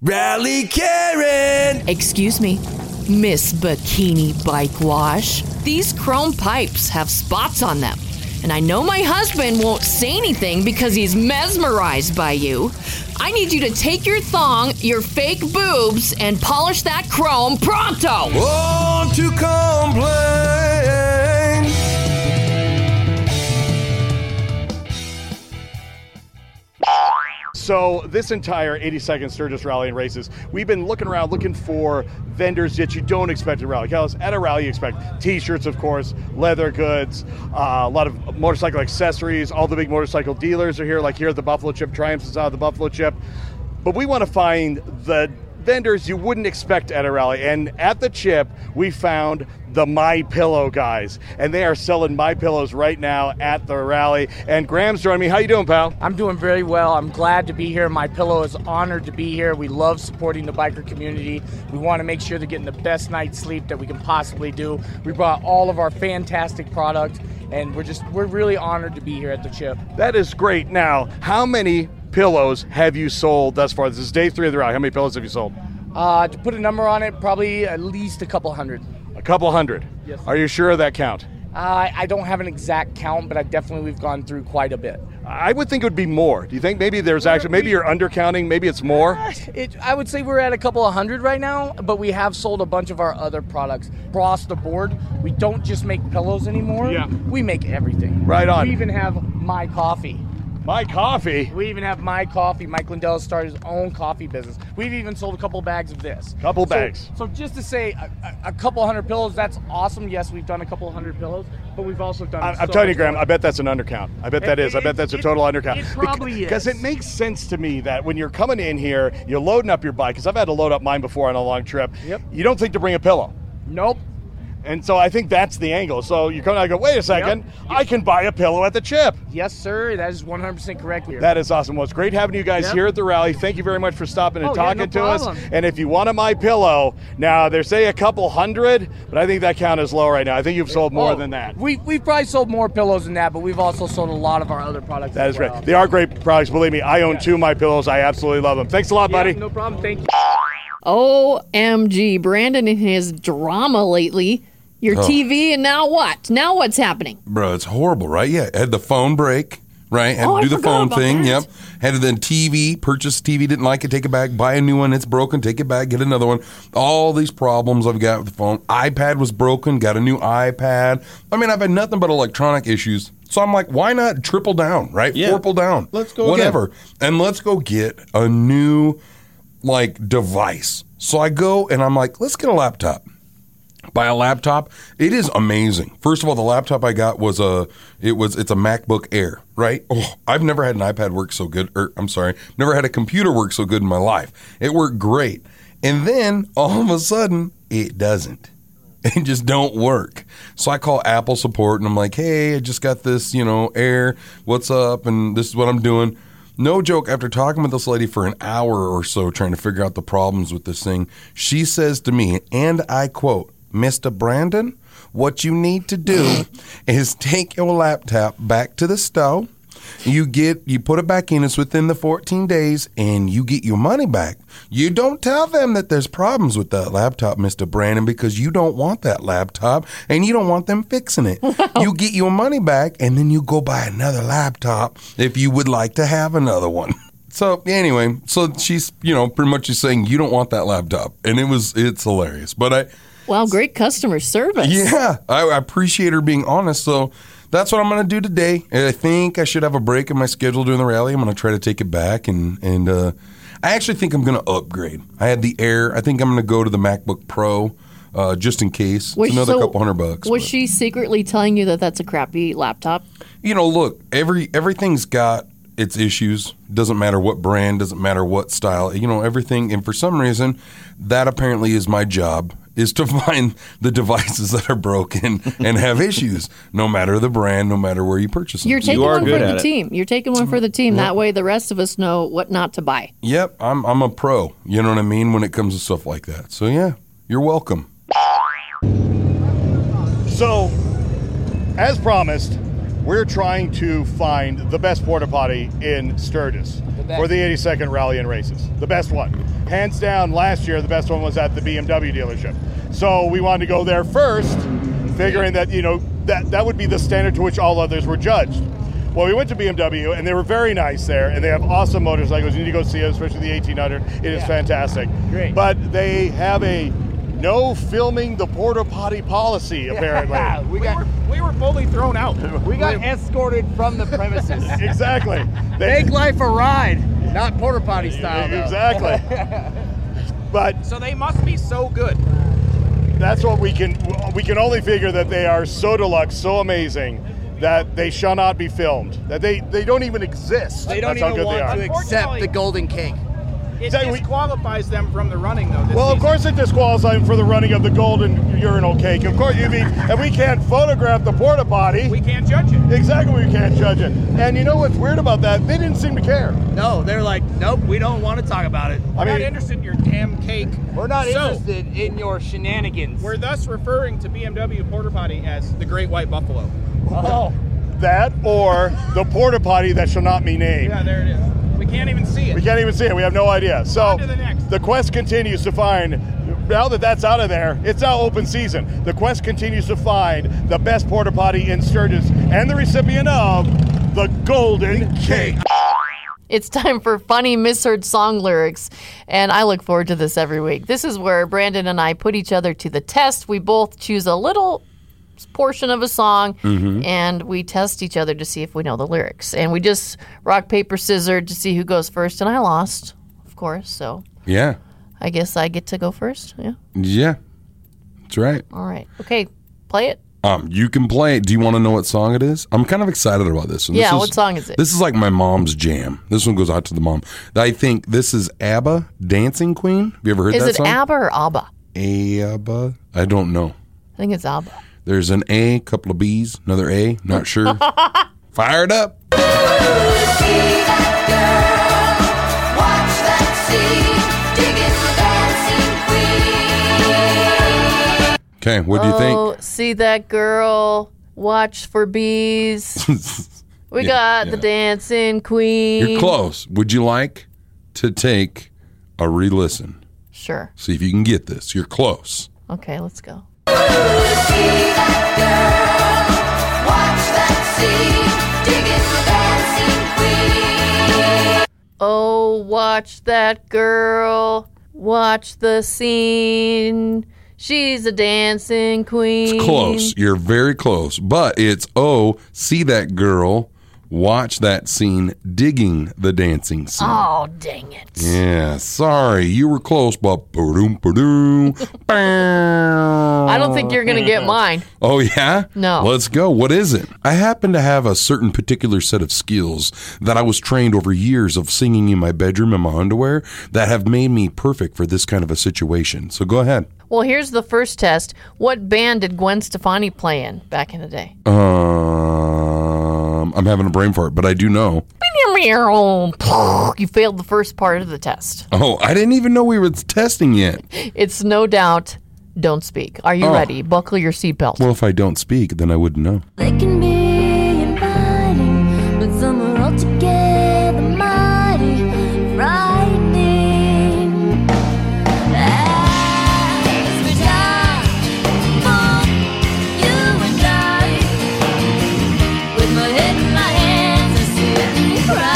A: Rally Karen!
M: Excuse me, Miss Bikini Bike Wash. These chrome pipes have spots on them. And I know my husband won't say anything because he's mesmerized by you. I need you to take your thong, your fake boobs, and polish that chrome pronto!
A: Want to complain?
E: So this entire 82nd Sturgis Rally and races, we've been looking around looking for vendors that you don't expect at a rally. 'Cause at a rally, you expect T-shirts, of course, leather goods, uh, a lot of motorcycle accessories. All the big motorcycle dealers are here. Like here, at the Buffalo Chip Triumphs is out of the Buffalo Chip. But we want to find the vendors you wouldn't expect at a rally. And at the chip, we found the My Pillow guys, and they are selling My Pillows right now at the rally. And Graham's joining me. How you doing, pal?
N: I'm doing very well. I'm glad to be here. My pillow is honored to be here. We love supporting the biker community. We want to make sure they're getting the best night's sleep that we can possibly do. We brought all of our fantastic product, and we're just we're really honored to be here at the chip.
E: That is great. Now, how many pillows have you sold thus far? This is day three of the round. How many pillows have you sold?
N: Uh, to put a number on it, probably at least a couple hundred.
E: A couple hundred.
N: Yes.
E: Are you sure of that count?
N: Uh, I don't have an exact count, but I definitely we've gone through quite a bit.
E: I would think it would be more. Do you think maybe there's actually maybe you're undercounting? Maybe it's more.
N: It, I would say we're at a couple of hundred right now, but we have sold a bunch of our other products across the board. We don't just make pillows anymore.
E: Yeah.
N: We make everything.
E: Right on.
N: We even have my coffee.
E: My coffee.
N: We even have my coffee. Mike Lindell started his own coffee business. We've even sold a couple bags of this.
E: Couple
N: So-
E: bags.
N: So just to say, a, a a couple hundred pillows. That's awesome. Yes, we've done a couple hundred pillows, but we've also done.
E: I- I'm
N: so
E: telling you,
N: much
E: Graham.
N: more.
E: I bet that's an undercount. I bet that
N: It-
E: is. I bet
N: it-
E: that's a
N: it-
E: total undercount.
N: it probably is.
E: because it makes sense to me that when you're coming in here, you're loading up your bike. Because I've had to load up mine before on a long trip.
N: Yep.
E: You don't think to bring a pillow.
N: Nope.
E: And so I think that's the angle. So you come out and go, wait a second, I can buy a pillow at the chip.
N: Yes, sir. That is 100% correct. Here.
E: That is awesome. Well, it's great having you guys
N: Yep.
E: here at the rally. Thank you very much for stopping and
N: Oh, yeah,
E: talking
N: no
E: to us.
N: problem.
E: And if you want a my pillow, now they say a couple hundred, but I think that count is low right now. I think you've sold more
N: Oh,
E: than that.
N: We we've probably sold more pillows than that, but we've also sold a lot of our other products.
E: That
N: as
E: is
N: well.
E: right. They are great products. Believe me, I own two my pillows. I absolutely love them. Thanks a lot,
N: Yeah,
E: buddy.
N: no problem. Thank you.
B: OMG, Brandon and his drama lately. Your
J: Oh.
B: TV, and now what? Now what's happening?
J: bro, it's horrible, right? Yeah, had the phone break, right? Had
B: Oh, I
J: to do the
B: forgot
J: phone
B: about
J: thing.
B: that.
J: Yep. Had to then TV, purchase TV, didn't like it, take it back, buy a new one. It's broken, take it back, get another one. All these problems I've got with the phone. iPad was broken, got a new iPad. I mean, I've had nothing but electronic issues. So I'm like, why not triple down, right?
K: Yeah.
J: Fourple down.
K: Let's go again.
J: Whatever. And let's go get a new like device. So I go and I'm like, let's get a laptop buy a laptop. It is amazing. First of all, the laptop I got was a it was it's a MacBook Air, right? Oh, I've never had an iPad work so good. Or I'm sorry, never had a computer work so good in my life. It worked great, and then all of a sudden, it doesn't. It just don't work. So I call Apple support and I'm like, hey, I just got this, you know, Air. What's up? And this is what I'm doing. No joke, after talking with this lady for an hour or so trying to figure out the problems with this thing, she says to me, and I quote, Mr. Brandon, what you need to do is take your laptop back to the store. You get you put it back in, it's within the 14 days, and you get your money back. You don't tell them that there's problems with that laptop, Mr. Brandon, because you don't want that laptop and you don't want them fixing it. You get your money back and then you go buy another laptop if you would like to have another one. So anyway, so she's you know, pretty much just saying you don't want that laptop. And it was it's hilarious. But I
B: Wow, great customer service.
J: yeah, I, I appreciate her being honest. So that's what I'm going to do today. And I think I should have a break in my schedule during the rally. I'm going to try to take it back and and uh, I actually think I'm going to upgrade. I had the Air. I think I'm going to go to the MacBook Pro uh, just in case.
B: Was-
J: it's another
B: so-
J: couple hundred bucks.
B: Was she secretly telling you that that's a crappy laptop?
J: you know, look, every everything's got its issues. Doesn't matter what brand, doesn't matter what style. You know, everything. And for some reason, that apparently is my job is to find the devices that are broken and have issues, no matter the brand, no matter where you purchase them.
B: You're taking one for the team. You're taking one for the team. That way, the rest of us know what not to buy.
J: Yep, I'm I'm a pro. You know what I mean when it comes to stuff like that. So yeah, you're welcome.
E: So, as promised, we're trying to find the best porta potty in Sturgis
N: best.
E: for the 82nd Rally and Races. The best one. Hands down, last year, the best one was at the BMW dealership. So, we wanted to go there first, figuring that, you know, that, that would be the standard to which all others were judged. Well, we went to BMW and they were very nice there, and they have awesome motorcycles. You need to go see it, especially the 1800. It is fantastic.
N: Great.
E: But they have a no filming the porta potty policy, apparently.
N: Yeah, we got we were fully thrown out. We got escorted from the premises.
E: exactly.
N: Make life a ride, not porta potty style. though.
E: Exactly. But
N: so they must be so good.
E: that's what we can we can only figure that they are so deluxe, so amazing that they shall not be filmed. That they they don't even exist.
G: They don't
E: that's how
G: even
E: good they
G: want
E: are.
G: to accept the golden cake. It
E: Exactly, we-
G: disqualifies them from the running, though. This
E: Well, of
G: season.
E: course it disqualifies them for the running of the golden urinal cake. Of course, you mean, and we can't photograph the porta potty. We
G: can't judge it.
E: Exactly, we can't judge it. And you know what's weird about that? They didn't seem to care.
G: No, they're like, nope, we don't want to talk about it.
E: I
G: we're not
E: mean-
G: interested in your damn cake.
N: We're not
G: So,
N: interested in your shenanigans.
G: We're thus referring to BMW Porter Potty as the Great White Buffalo.
E: Oh. That or the porta potty that shall not be named.
G: Yeah, there it is. We We can't even see it.
E: We can't even see it. We have no idea. So the quest continues to find. Now that that's out of there, it's now open season. The quest continues to find the best porta potty in Sturgis and the recipient of the Golden Cake.
B: It's time for funny misheard song lyrics, and I look forward to this every week. This is where Brandon and I put each other to the test. We both choose a little portion of a song
J: Mm-hmm.
O: Mhm.
B: and we test each other to see if we know the lyrics. And we just rock, paper, scissors to see who goes first, and I lost, of course, so
J: Yeah.
B: I guess I get to go first. Yeah.
J: Yeah. That's right.
B: All right. Okay. Play it.
J: Um, you can play it. Do you want to know what song it is? I'm kind of excited about this one.
B: Yeah,
J: This
B: what song is it?
J: This is like my mom's jam. This one goes out to the mom. I think this is ABBA, Dancing Queen. Have you ever heard
B: Is
J: that
B: it
J: song?
B: ABBA or ABBA?
J: ABBA? I don't know.
B: I think it's ABBA.
J: There's an A, couple of B's, another A, not sure. Fired up. Okay, what do you think?
B: oh, see that girl? Watch for bees. we
J: Yeah,
B: got the
J: yeah.
B: dancing queen.
J: You're close. Would you like to take a re listen?
B: Sure.
J: See if you can get this. You're close.
B: Okay, let's go. Oh, watch that girl. Watch the scene. She's a dancing queen.
J: Close. You're very close. But it's oh, see that girl, watch that scene, digging the dancing scene.
B: Oh, dang it.
J: Yeah, sorry, you were close, but ba-doom,
B: I
J: I
B: don't think you're going to get mine.
J: Oh yeah?
B: No.
J: Let's go. What is it? I happen to have a certain particular set of skills that I was trained over years of singing in my bedroom in my underwear that have made me perfect for this kind of a situation. So go ahead.
B: Well, here's the first test. What band did Gwen Stefani play in back in the day?
J: Um, I'm having a brain fart, but I do know.
B: You failed the first part of the test.
J: Oh, I didn't even know we were testing yet.
B: It's no doubt Don't Speak. Are you
J: Oh.
B: ready? Buckle your seatbelt.
J: Well, if I don't speak, then I wouldn't know.
O: They can be inviting, but some are altogether mighty, frightening. As we die for you and I, with my head in my hands, I sit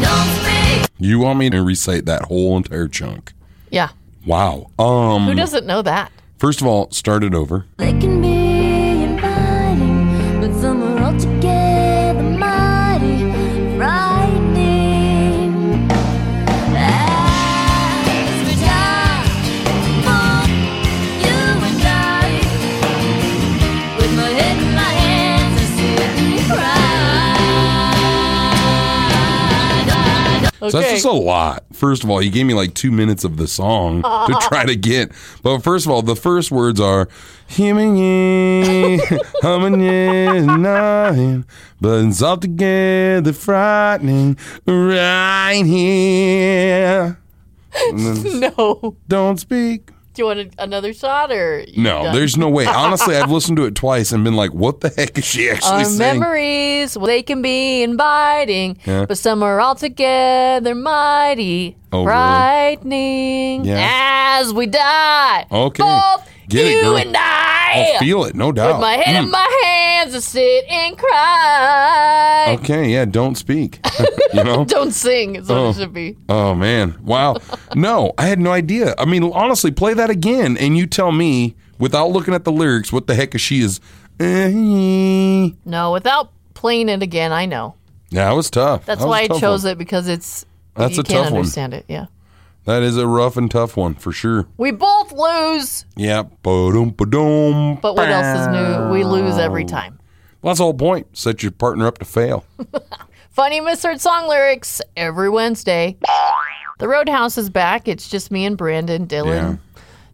O: and cry. Don't speak.
J: You want me to recite that whole entire chunk?
B: Yeah.
J: Wow. Um,
B: Who doesn't know that?
J: First of all, start it over.
O: They can be inviting, but some are altogether mighty, frightening. As we die for you and I, with my head in my hands, I sit and cry.
J: So that's just a lot. First of all, you gave me like two minutes of the song to try to get. But first of all, the first words are humming ye, humming ye, nine, but it's altogether frightening right here. And then-
B: no.
J: Don't speak.
B: Do you want a- another shot or? you
J: No,
B: done?
J: there's no way. Honestly, I've listened to it twice and been like, what the heck is she actually
B: Our
J: saying?
B: memories, well, they can be inviting,
J: Yeah.
B: but some are altogether mighty,
J: Oh, really?
B: frightening.
J: Yeah. Oh,
B: As we die,
J: Okay.
B: both
J: Get
B: you
J: it, girl.
B: and I.
J: I'll feel it, no doubt.
B: With my
J: Mm.
B: head in my hands, I sit and cry.
J: Okay, yeah, don't speak. you know?
B: Don't sing. Is what
J: Oh.
B: it should be.
J: Oh man. Wow. No, I had no idea. I mean, honestly, play that again and you tell me without looking at the lyrics what the heck is she is Yeah,
B: No, without playing it again, I know.
J: that was tough.
B: That's why I chose it because it's.
J: That's
B: you
J: a
B: can't
J: tough one.
B: understand it. Yeah.
J: That is a rough and tough one for sure.
B: We both lose,
J: Yeah. Ba-dum, ba-dum,
B: but what else is new? We lose every
J: bow.
B: time.
J: Well, that's the whole point. Set your partner up to fail.
B: Funny misheard song lyrics every Wednesday. The Roadhouse is back. It's just me and Brandon. Dylan.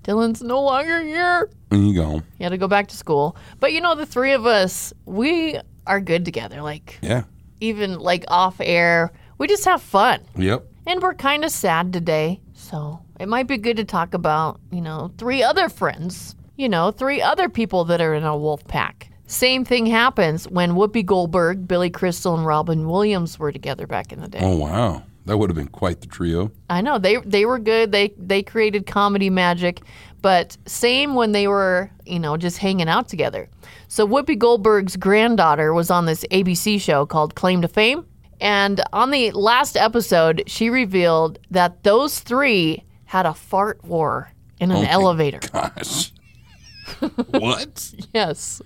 B: Dylan's no longer here.
J: There you go.
B: He had to go back to school. But you know, the three of us, we are good together. Like,
J: Yeah.
B: even like off air, we just have fun.
J: Yep.
B: And we're kind of sad today. So it might be good to talk about, you know, three other friends, you know, three other people that are in a wolf pack Same thing happens when Whoopi Goldberg, Billy Crystal, and Robin Williams were together back in the day.
J: Oh wow, that would have been quite the trio.
B: I know they they were good. They they created comedy magic, but same when they were you know just hanging out together. So Whoopi Goldberg's granddaughter was on this ABC show called Claim to Fame, and on the last episode, she revealed that those three had a fart war in an
O: Oh my
B: elevator.
J: Gosh. what?
B: Yes.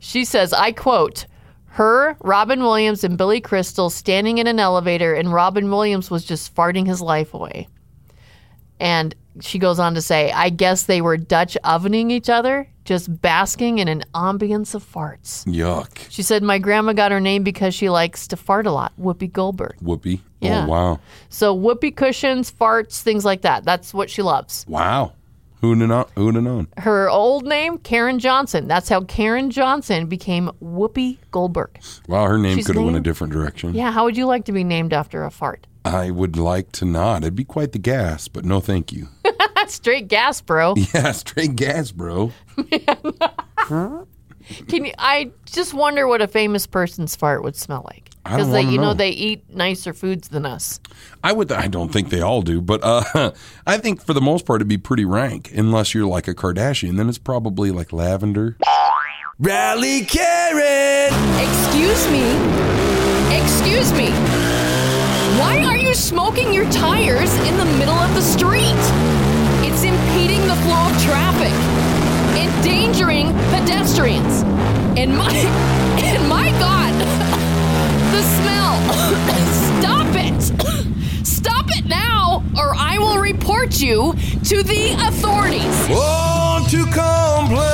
B: She says, I quote, her, Robin Williams, and Billy Crystal standing in an elevator, and Robin Williams was just farting his life away. And she goes on to say, I guess they were Dutch ovening each other, just basking in an ambience of farts.
J: Yuck.
B: She said, My grandma got her name because she likes to fart a lot, Whoopi Goldberg.
J: Whoopee.
B: Yeah.
J: Oh wow.
B: So, whoopee cushions, farts, things like that. That's what she loves.
J: Wow. Who known? Who known?
B: Her old name, Karen Johnson. That's how Karen Johnson became Whoopi Goldberg.
J: Wow, her name
B: She's
J: could have went a
B: named-
J: different direction.
B: Yeah, how would you like to be named after a fart?
J: I would like to not. It'd be quite the gas, but no, thank you.
B: Straight gas, bro.
J: Yeah, straight gas, bro.
B: Can you, I just wonder what a famous person's fart would smell like?
J: I don't
B: they,
J: wanna
B: you know,
J: know.
B: they eat nicer foods than us.
J: I would. I don't think they all do, but uh, I think for the most part, it'd be pretty rank, unless you're like a Kardashian. Then it's probably like lavender.
A: Rally Karen.
M: Excuse me. Excuse me. Why are you smoking your tires in the middle of the street? It's impeding the flow of traffic, endangering pedestrians. And my and my god, the smell. Stop it. Stop it now or I will report you to the authorities.
A: Want to complain?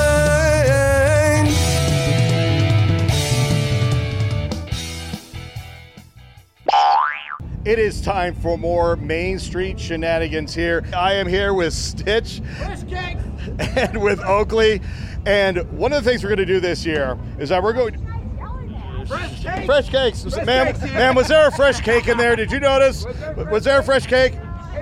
E: It is time for more Main Street shenanigans here. I am here with Stitch and with Oakley. And one of the things we're going to do this year is that we're going.
G: Fresh cake.
E: Fresh cakes.
G: Fresh
E: ma'am,
G: cakes, yeah.
E: ma'am, was there a fresh cake in there? Did you notice? Was there a fresh cake?
G: Oh,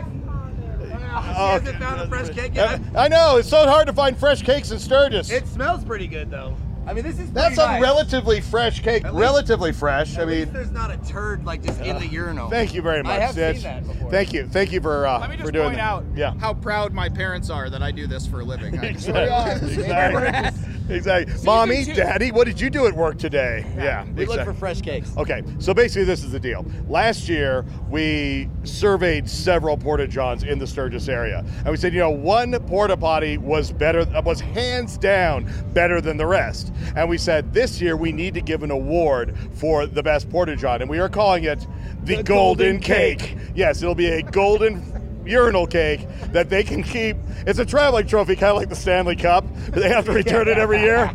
G: she hasn't found a fresh cake yet.
E: I know, it's so hard to find fresh cakes in Sturgis.
G: It smells pretty good though. I mean, this is
E: That's
G: pretty
E: a
G: nice.
E: relatively fresh cake.
G: At least-
E: relatively fresh. I
G: At least
E: mean,
G: there's not a turd like just in the urinal.
E: thank you very much,
G: I have
E: Stitch.
G: seen that before.
E: Thank you, thank you for uh,
G: Let me just
E: for doing
G: point
E: that.
G: out
E: Yeah.
G: how proud my parents are that I do this for a living. I-
E: Exactly. exactly. exactly. Mommy,
G: two.
E: Daddy, what did you do at work today? Yeah.
G: we look
E: exactly.
G: for fresh cakes.
E: Okay, so basically, this is the deal. Last year, we surveyed several porta johns in the Sturgis area, and we said, you know, one porta potty was better, was hands down better than the rest. And we said this year we need to give an award for the best porta john, and we are calling it the,
G: The
E: Golden,
G: Golden
E: cake.
G: Cake.
E: Yes, it'll be a golden urinal cake that they can keep. It's a traveling trophy, kind of like the Stanley Cup. They have to return it every year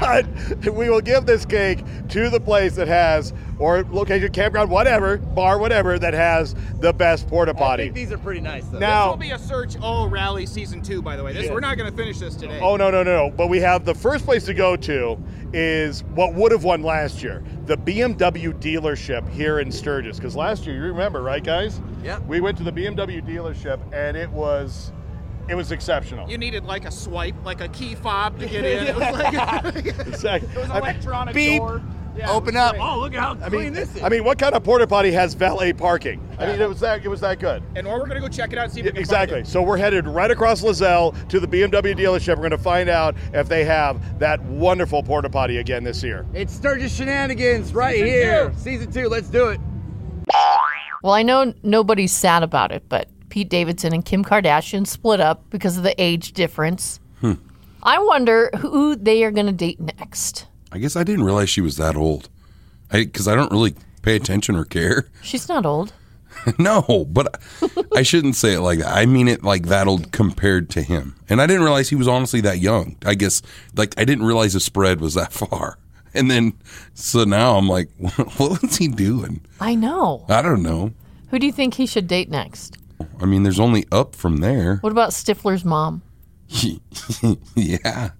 E: but we will give this cake to the place that has or location campground whatever bar whatever that has the best porta
G: I think
E: potty
G: these are pretty nice though.
E: Now-
G: this will be a search all rally season two, by the way. This,
E: Yeah.
G: We're not going to finish this today.
E: oh no no no no. but we have the first place to go to is what would have won last year the bmw dealership here in sturgis because last year you remember right guys
G: Yep.
E: we went to the bmw dealership and it was it was exceptional
G: You needed like a swipe, like a key fob to get in. It was
E: Yeah.
G: like
E: exactly
G: it was
E: I mean,
G: electronic
E: beep.
G: door. Yeah, it
E: Open
G: was
E: up.
G: great. Oh, look at how clean
E: I mean,
G: this is.
E: I mean, what kind of porta potty has valet parking? I mean, it was that it was that good.
G: and or we're gonna go check it out, and see if we can
E: Exactly.
G: Find it.
E: So we're headed right across Lazelle to the BMW dealership. We're going to find out if they have that wonderful porta potty again this year.
P: It's Sturgis Shenanigans right
G: Season
P: here. Season two, let's do it.
B: Well, I know nobody's sad about it, but Pete Davidson and Kim Kardashian split up because of the age difference.
J: Hmm.
B: I wonder who they are going to date next.
J: I guess I didn't realize she was that old, because I, don't really pay attention or care.
B: She's not old.
J: no, but I shouldn't say it like that. I mean it like that old compared to him, and I didn't realize he was honestly that young. I guess like I didn't realize the spread was that far, and then so now I'm like, what was he doing?
B: I know.
J: I don't know.
B: Who do you think he should date next?
J: I mean, there's only up from there.
B: What about Stifler's mom?
J: yeah.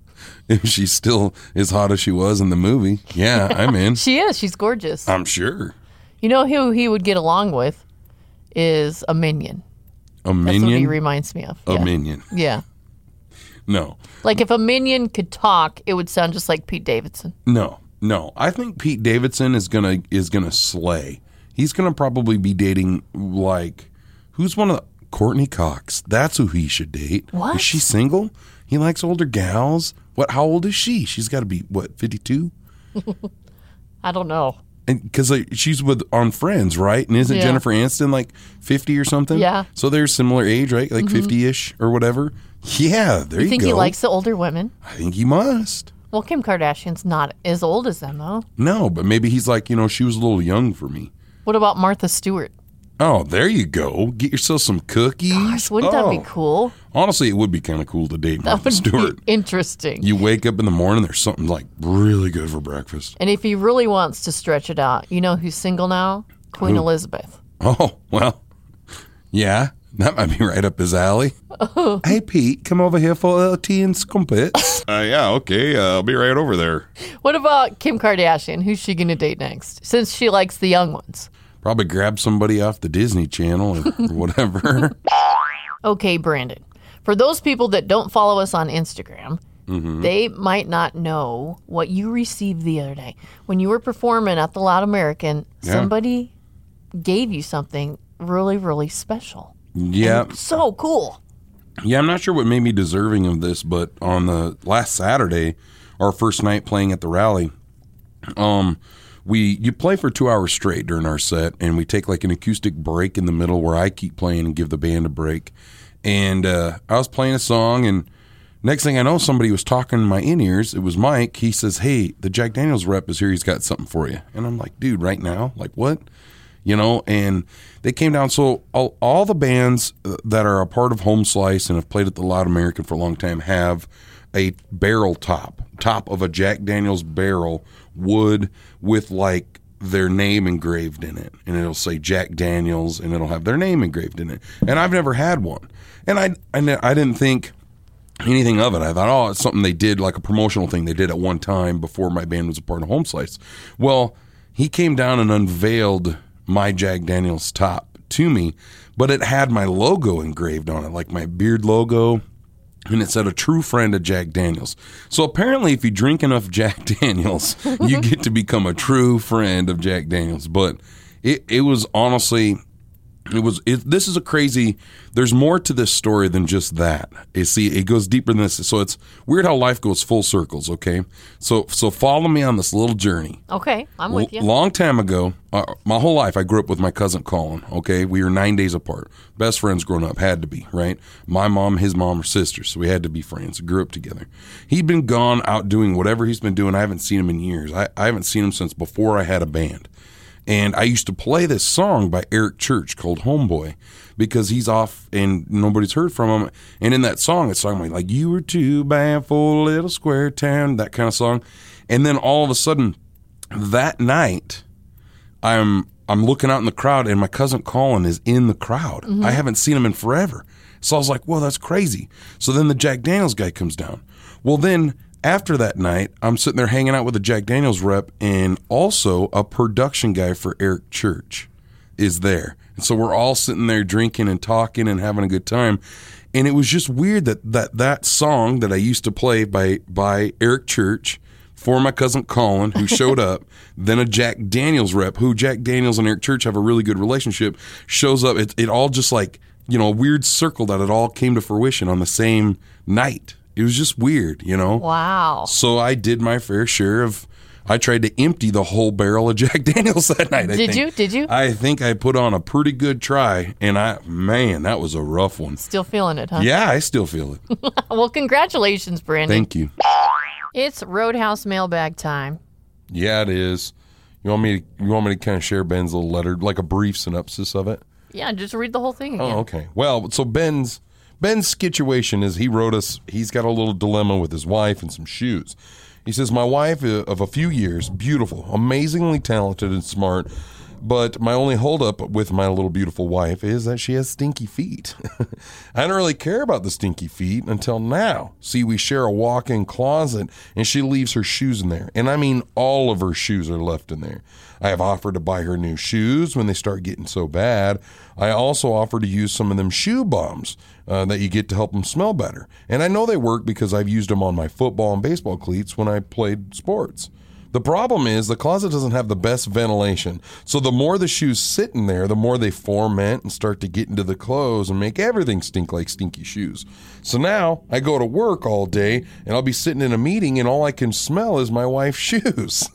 J: If she's still as hot as she was in the movie, yeah, I'm in.
B: She is. She's gorgeous.
J: I'm sure.
B: You know who he would get along with is a minion.
J: A
B: That's what he
J: minion.
B: reminds me of.
J: a
B: yeah.
J: minion.
B: Yeah.
J: No.
B: Like if a minion could talk, it would sound just like Pete Davidson.
J: No, no. I think Pete Davidson is gonna is gonna slay. He's gonna probably be dating like who's one of the Courtney Cox. That's who he should date.
B: What?
J: Is she single? He likes older gals. What? How old is she? She's got to be what fifty two.
B: I don't know.
J: And because like, she's with on Friends, right? And isn't
B: Yeah.
J: Jennifer Aniston like fifty or something?
B: Yeah.
J: So they're similar age, right? Like
B: Mhm.
J: 50 ish or whatever. Yeah. There you,
B: think
J: go.
B: he likes the older women?
J: I think he must.
B: Well, Kim Kardashian's not as old as them, though.
J: No, but maybe he's like, you know, she was a little young for me.
B: What about Martha Stewart?
J: Oh, there you go. Get yourself some cookies.
B: Gosh, wouldn't
J: oh.
B: that be cool?
J: Honestly, it would be kind of cool to date
B: That
J: Martha
B: would
J: Stewart.
B: be interesting.
J: You wake up in the morning, there's something like really good for breakfast.
B: and if he really wants to stretch it out, you know who's single now? Queen
J: Who?
B: Elizabeth.
J: Oh, well, yeah, that might be right up his alley. Hey, Pete, come over here for a little tea and scumpets. uh, yeah, okay, uh, I'll be right over there.
B: What about Kim Kardashian? Who's she going to date next? Since she likes the young ones.
J: Probably grab somebody off the Disney Channel or whatever.
B: Okay, Brandon. For those people that don't follow us on Instagram,
J: Mhm.
B: they might not know what you received the other day. When you were performing at the Loud American,
J: Yeah.
B: somebody gave you something really, really special.
J: yeah,
B: So cool.
J: Yeah, I'm not sure what made me deserving of this, but on the last Saturday, our first night playing at the rally, um, we you play for two hours straight during our set, and we take like an acoustic break in the middle where I keep playing and give the band a break. And uh, I was playing a song, and next thing I know, somebody was talking in my in ears. It was Mike. He says, "Hey, the Jack Daniels rep is here. He's got something for you." And I'm like, "Dude, right now? Like what?" you know and they came down so all, all the bands uh, that are a part of home slice and have played at the loud american for a long time have a barrel top top of a jack daniels barrel wood with like their name engraved in it and it'll say jack daniels and it'll have their name engraved in it and i've never had one and i i, ne- I didn't think anything of it. I thought, oh, it's something they did, like a promotional thing they did at one time before my band was a part of Home Slice. Well, he came down and unveiled my Jack Daniels top to me, but it had my logo engraved on it, like my beard logo. And it said a true friend of Jack Daniels. So apparently, if you drink enough Jack Daniels, you get to become a true friend of Jack Daniels. But it, it was honestly it was it, this is a crazy there's more to this story than just that you see it goes deeper than this so it's weird how life goes full circles okay so so follow me on this little journey
B: Okay, I'm with you.
J: L- Long time ago, uh, my whole life, I grew up with my cousin Colin. Okay, we were nine days apart. Best friends growing up had to be right. My mom, his mom, are sisters, so we had to be friends. Grew up together. He'd been gone out doing whatever he's been doing. I haven't seen him in years. I, I haven't seen him since before I had a band. And I used to play this song by Eric Church called Homeboy because he's off and nobody's heard from him. And in that song, it's talking about like, you were too bad for little square town, that kind of song. And then all of a sudden, that night i'm i'm looking out in the crowd and my cousin colin is in the crowd
Q: Mhm.
J: i haven't seen him in forever so i was like well that's crazy so then the jack daniels guy comes down well then after that night i'm sitting there hanging out with the jack daniels rep and also a production guy for eric church is there and so we're all sitting there drinking and talking and having a good time and it was just weird that that, that song that i used to play by by eric church for my cousin Colin, who showed up, then a Jack Daniels rep, who Jack Daniels and Eric Church have a really good relationship, shows up. It, it all just like, you know, a weird circle that it all came to fruition on the same night. It was just weird, you know?
B: Wow.
J: So I did my fair share of, I tried to empty the whole barrel of Jack Daniels that night. I
B: Did
J: think.
B: you? Did you?
J: I think I put on a pretty good try, and I, man, that was a rough one.
B: Still feeling it, huh?
J: Yeah, I still feel it.
B: well, congratulations, Brandon.
J: Thank you.
B: It's Roadhouse mailbag time.
J: Yeah, it is. You want me to you want me to kind of share Ben's little letter, like a brief synopsis of it?
B: Yeah, just read the whole thing again.
J: Oh, okay. Well, so Ben's Ben's situation is he wrote us. He's got a little dilemma with his wife and some shoes. He says, "My wife uh, of a few years, beautiful, amazingly talented and smart, But my only holdup with my little beautiful wife is that she has stinky feet. I don't really care about the stinky feet until now. See, we share a walk in closet and she leaves her shoes in there. And I mean, all of her shoes are left in there. I have offered to buy her new shoes when they start getting so bad. I also offer to use some of them shoe bombs uh, that you get to help them smell better. And I know they work because I've used them on my football and baseball cleats when I played sports. The problem is the closet doesn't have the best ventilation. So the more the shoes sit in there, the more they ferment and start to get into the clothes and make everything stink like stinky shoes. So now I go to work all day and I'll be sitting in a meeting and all I can smell is my wife's shoes.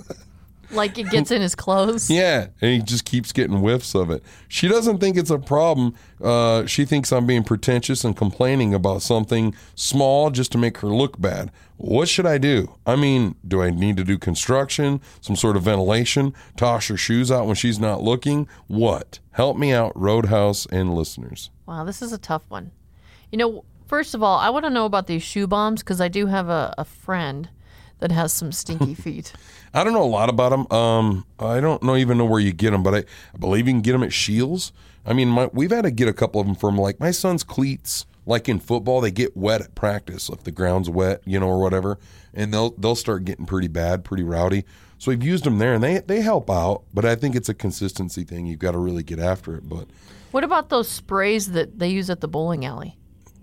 B: Like it gets in his clothes.
J: Yeah, and he just keeps getting whiffs of it. She doesn't think it's a problem. Uh, she thinks I'm being pretentious and complaining about something small just to make her look bad. What should I do? I mean, do I need to do construction, some sort of ventilation, toss her shoes out when she's not looking? What? Help me out, Roadhouse and listeners.
B: Wow, this is a tough one. You know, first of all, I want to know about these shoe bombs because I do have a, a friend that has some stinky feet.
J: I don't know a lot about them. Um, I don't know even know where you get them, but I, I believe you can get them at Shields. I mean, my, we've had to get a couple of them from like my son's cleats. Like in football, they get wet at practice if the ground's wet, you know, or whatever, and they'll they'll start getting pretty bad, pretty rowdy. So we've used them there, and they they help out. But I think it's a consistency thing. You've got to really get after it. But
B: What about those sprays that they use at the bowling alley?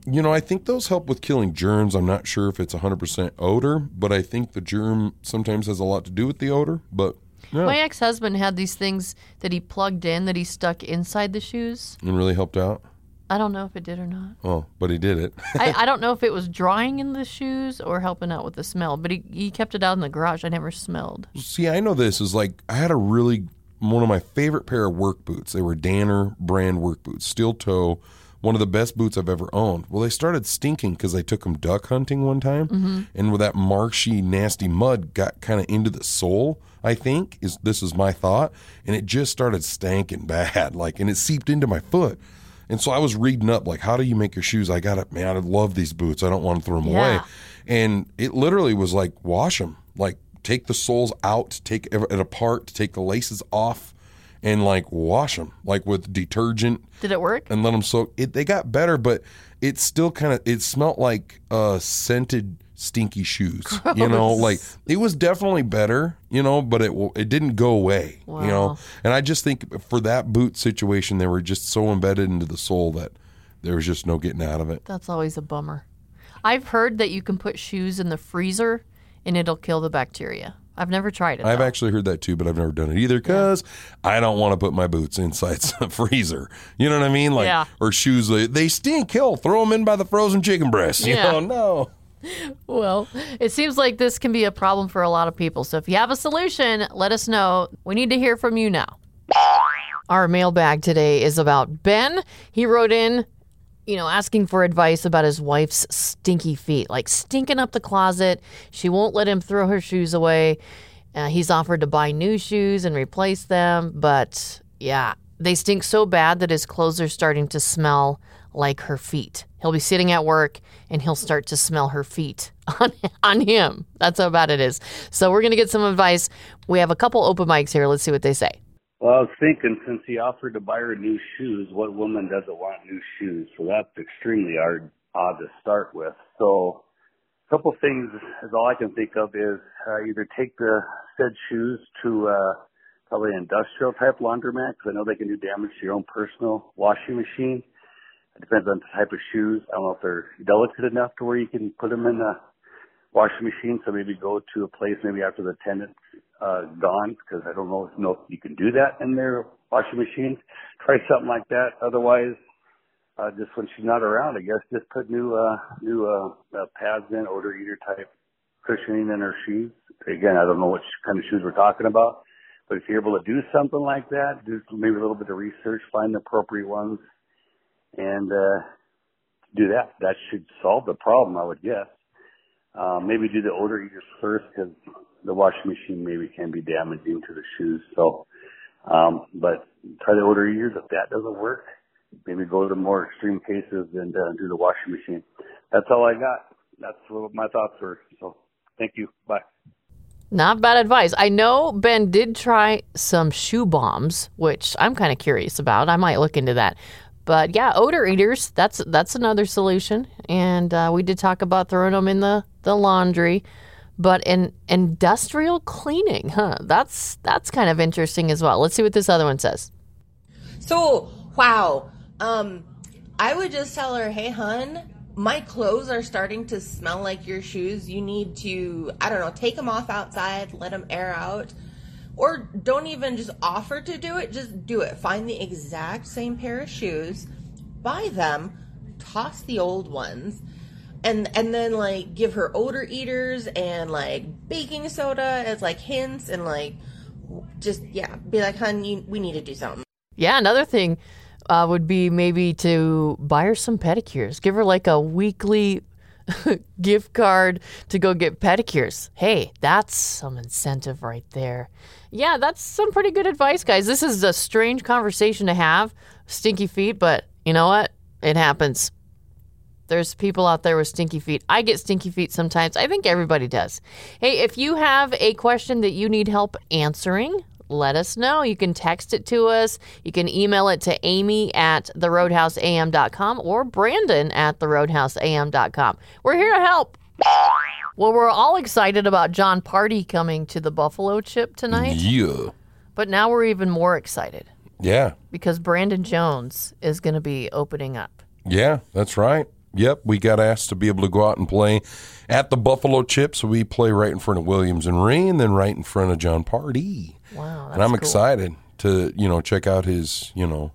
J: you know, I think those help with killing germs. I'm not sure if it's 100% odor, but I think the germ sometimes has a lot to do with the odor. But yeah,
B: My ex husband had these things that he plugged in that he stuck inside the shoes.
J: it really helped out.
B: I don't know if it did or not.
J: Oh, but he did it.
B: I, I don't know if it was drying in the shoes or helping out with the smell, but he, he kept it out in the garage. I never smelled.
J: See, I know this is like I had a really one of my favorite pair of work boots. They were Danner brand work boots, steel toe, one of the best boots I've ever owned. Well, they started stinking because I took them duck hunting one time,
O: Mhm.
J: and with that marshy, nasty mud got kind of into the sole. I think is this is my thought, and it just started stanking bad, like, and it seeped into my foot. And so I was reading up, like, how do you make your shoes? I got it, man. I love these boots. I don't want to throw them away.
O: Yeah.
J: And it literally was like, wash them, like, take the soles out, take ev- it apart, take the laces off, and like, wash them, like, with detergent
B: Did it work?
J: and let them soak. It, they got better, but it still kind of it smelt like uh, scented stinky shoes. You know,
O: Gross.
J: like it was definitely better. You know, but it w- it didn't go away. You
O: Wow.
J: know, and I just think for that boot situation, they were just so embedded into the sole that there was just no getting out of it.
B: That's always a bummer. I've heard that you can put shoes in the freezer and it'll kill the bacteria. I've never tried it.
J: I've
B: though.
J: actually heard that too, but I've never done it either because I don't want to put my boots inside some freezer. You know what I mean? Like
B: Yeah.
J: or shoes they, they stink. Hell, throw them in by the frozen chicken breast. You
B: Yeah.
J: know, no.
B: Well, it seems like this can be a problem for a lot of people. So if you have a solution, let us know. We need to hear from you now. Our mailbag today is about Ben. He wrote in, you know, asking for advice about his wife's stinky feet, like stinking up the closet. She won't let him throw her shoes away. Uh, he's offered to buy new shoes and replace them, but yeah, they stink so bad that his clothes are starting to smell like her feet. He'll be sitting at work and he'll start to smell her feet on, on him. That's how bad it is. So, we're going to get some advice. We have a couple open mics here. Let's see what they say.
Q: Well, I was thinking since he offered to buy her new shoes, what woman doesn't want new shoes? So that's extremely hard, odd to start with. So a couple things is all I can think of is uh, either take the said shoes to uh, probably an industrial type laundromat because I know they can do damage to your own personal washing machine. It depends on the type of shoes. I don't know if they're delicate enough to where you can put them in a washing machine. So maybe go to a place maybe after the tenant uh, gone because I don't know, know if you can do that in their washing machines. Try something like that. Otherwise, uh, just when she's not around, I guess just put new uh, new uh, uh, pads in, odor eater type cushioning in her shoes. Again, I don't know what kind of shoes we're talking about, but if you're able to do something like that, do maybe a little bit of research, find the appropriate ones, and uh, do that. That should solve the problem, I would guess. Uh, maybe do the odor eaters first because the washing machine maybe can be damaging to the shoes. So, um, but try the odor eaters. If that doesn't work, maybe go to more extreme cases and uh, do the washing machine. That's all I got. That's what my thoughts were. So, thank you. Bye.
B: Not bad advice. I know Ben did try some shoe bombs, which I'm kind of curious about. I might look into that. But yeah, odor eaters, that's that's another solution. And uh, we did talk about throwing them in the, the laundry. But in industrial cleaning, huh? That's that's kind of interesting as well. Let's see what this other one says.
R: So, wow. Um, I would just tell her, hey, hun, my clothes are starting to smell like your shoes. You need to, I don't know, take them off outside, let them air out. Or don't even just offer to do it, just do it. Find the exact same pair of shoes, buy them, toss the old ones. And, and then like give her odor eaters and like baking soda as like hints and like just yeah be like hun you, we need to do something
B: Yeah, another thing uh, would be maybe to buy her some pedicures. Give her like a weekly gift card to go get pedicures. Hey, that's some incentive right there. Yeah, that's some pretty good advice, guys. This is a strange conversation to have, stinky feet, but you know what? It happens. There's people out there with stinky feet. I get stinky feet sometimes. I think everybody does. Hey, if you have a question that you need help answering, let us know. You can text it to us. You can email it to Amy at theroadhouseam.com or Brandon at theroadhouseam.com. We're here to help. Well, we're all excited about John Party coming to the Buffalo Chip tonight,
J: Yeah.
B: but now we're even more excited
J: Yeah.
B: because Brandon Jones is going to be opening up.
J: Yeah, that's right. Yep, we got asked to be able to go out and play at the Buffalo Chip, so we play right in front of Williams and Ray, and then right in front of John Pardee.
B: Wow,
J: and I'm excited to you know check out his you know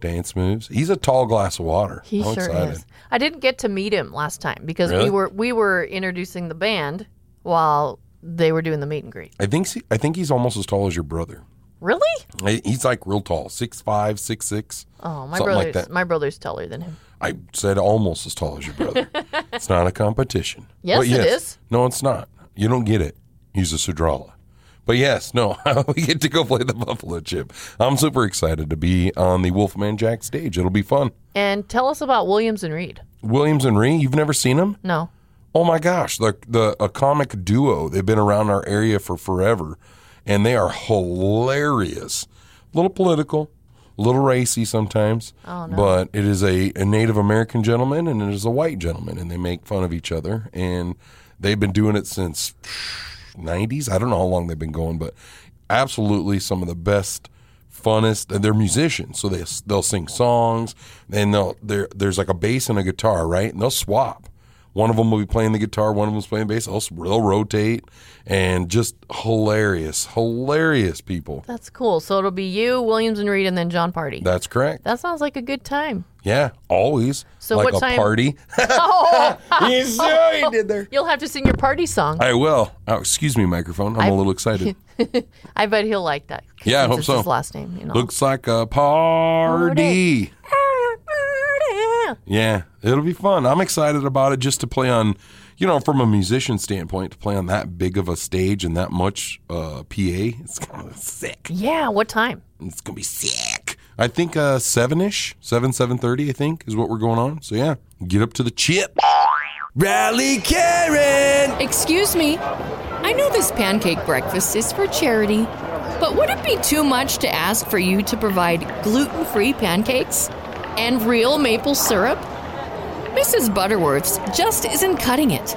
J: dance moves. He's a tall glass of water.
B: He
J: I'm
B: sure
J: excited.
B: is. I didn't get to meet him last time because we
J: Really?
B: were we were introducing the band while they were doing the meet and greet.
J: I think I think he's almost as tall as your brother.
B: Really?
J: He- He's like real tall, six five, six six.
B: Oh, my
J: something like
B: brother's
J: that.
B: my brother's taller than him.
J: I said almost as tall as your brother. it's not a competition.
B: Yes,
J: But
B: it is.
J: No, it's not. You don't get it. He's a Sudrala. But yes, no, we get to go play the Buffalo Chip. I'm super excited to be on the Wolfman Jack stage. It'll be fun.
B: And tell us about Williams and Reed.
J: Williams and Ree, you've never seen them?
B: No.
J: Oh my gosh, the the a comic duo. They've been around our area for forever, and they are hilarious. A little political, a little racy sometimes,
B: Oh, no.
J: but it is a, a Native American gentleman and it is a white gentleman, and they make fun of each other. And they've been doing it since '90s. I don't know how long they've been going, but absolutely some of the best funnest and they're musicians so they they'll sing songs and they'll there there's like a bass and a guitar right and they'll swap one of them will be playing the guitar one of them's playing bass they'll, they'll rotate and just hilarious hilarious people
B: That's cool. So it'll be you, Williams and Reed, and then John Party.
J: that's correct
B: that sounds like a good time.
J: yeah always
B: So
J: like
B: what
J: a
B: time-
J: party
B: oh,
J: You see what you did there.
B: You'll have to sing your party song.
J: i will oh, excuse me microphone i'm I, am
B: I-
J: a little excited
B: I bet he'll like that.
J: yeah i
B: Since
J: hope
B: it's
J: so
B: His last name, you know.
J: looks like a party. Yeah, it'll be fun. I'm excited about it just to play on, you know, from a musician standpoint, to play on that big of a stage and that much uh, PA. It's kind of sick.
B: Yeah. What time?
J: It's gonna be sick. I think uh, seven ish, seven seven thirty. I think is what we're going on. So yeah, get up to the chip. Rally Karen.
M: Excuse me. I know this pancake breakfast is for charity, but would it be too much to ask for you to provide gluten free pancakes and real maple syrup? Mrs. Butterworth's just isn't cutting it.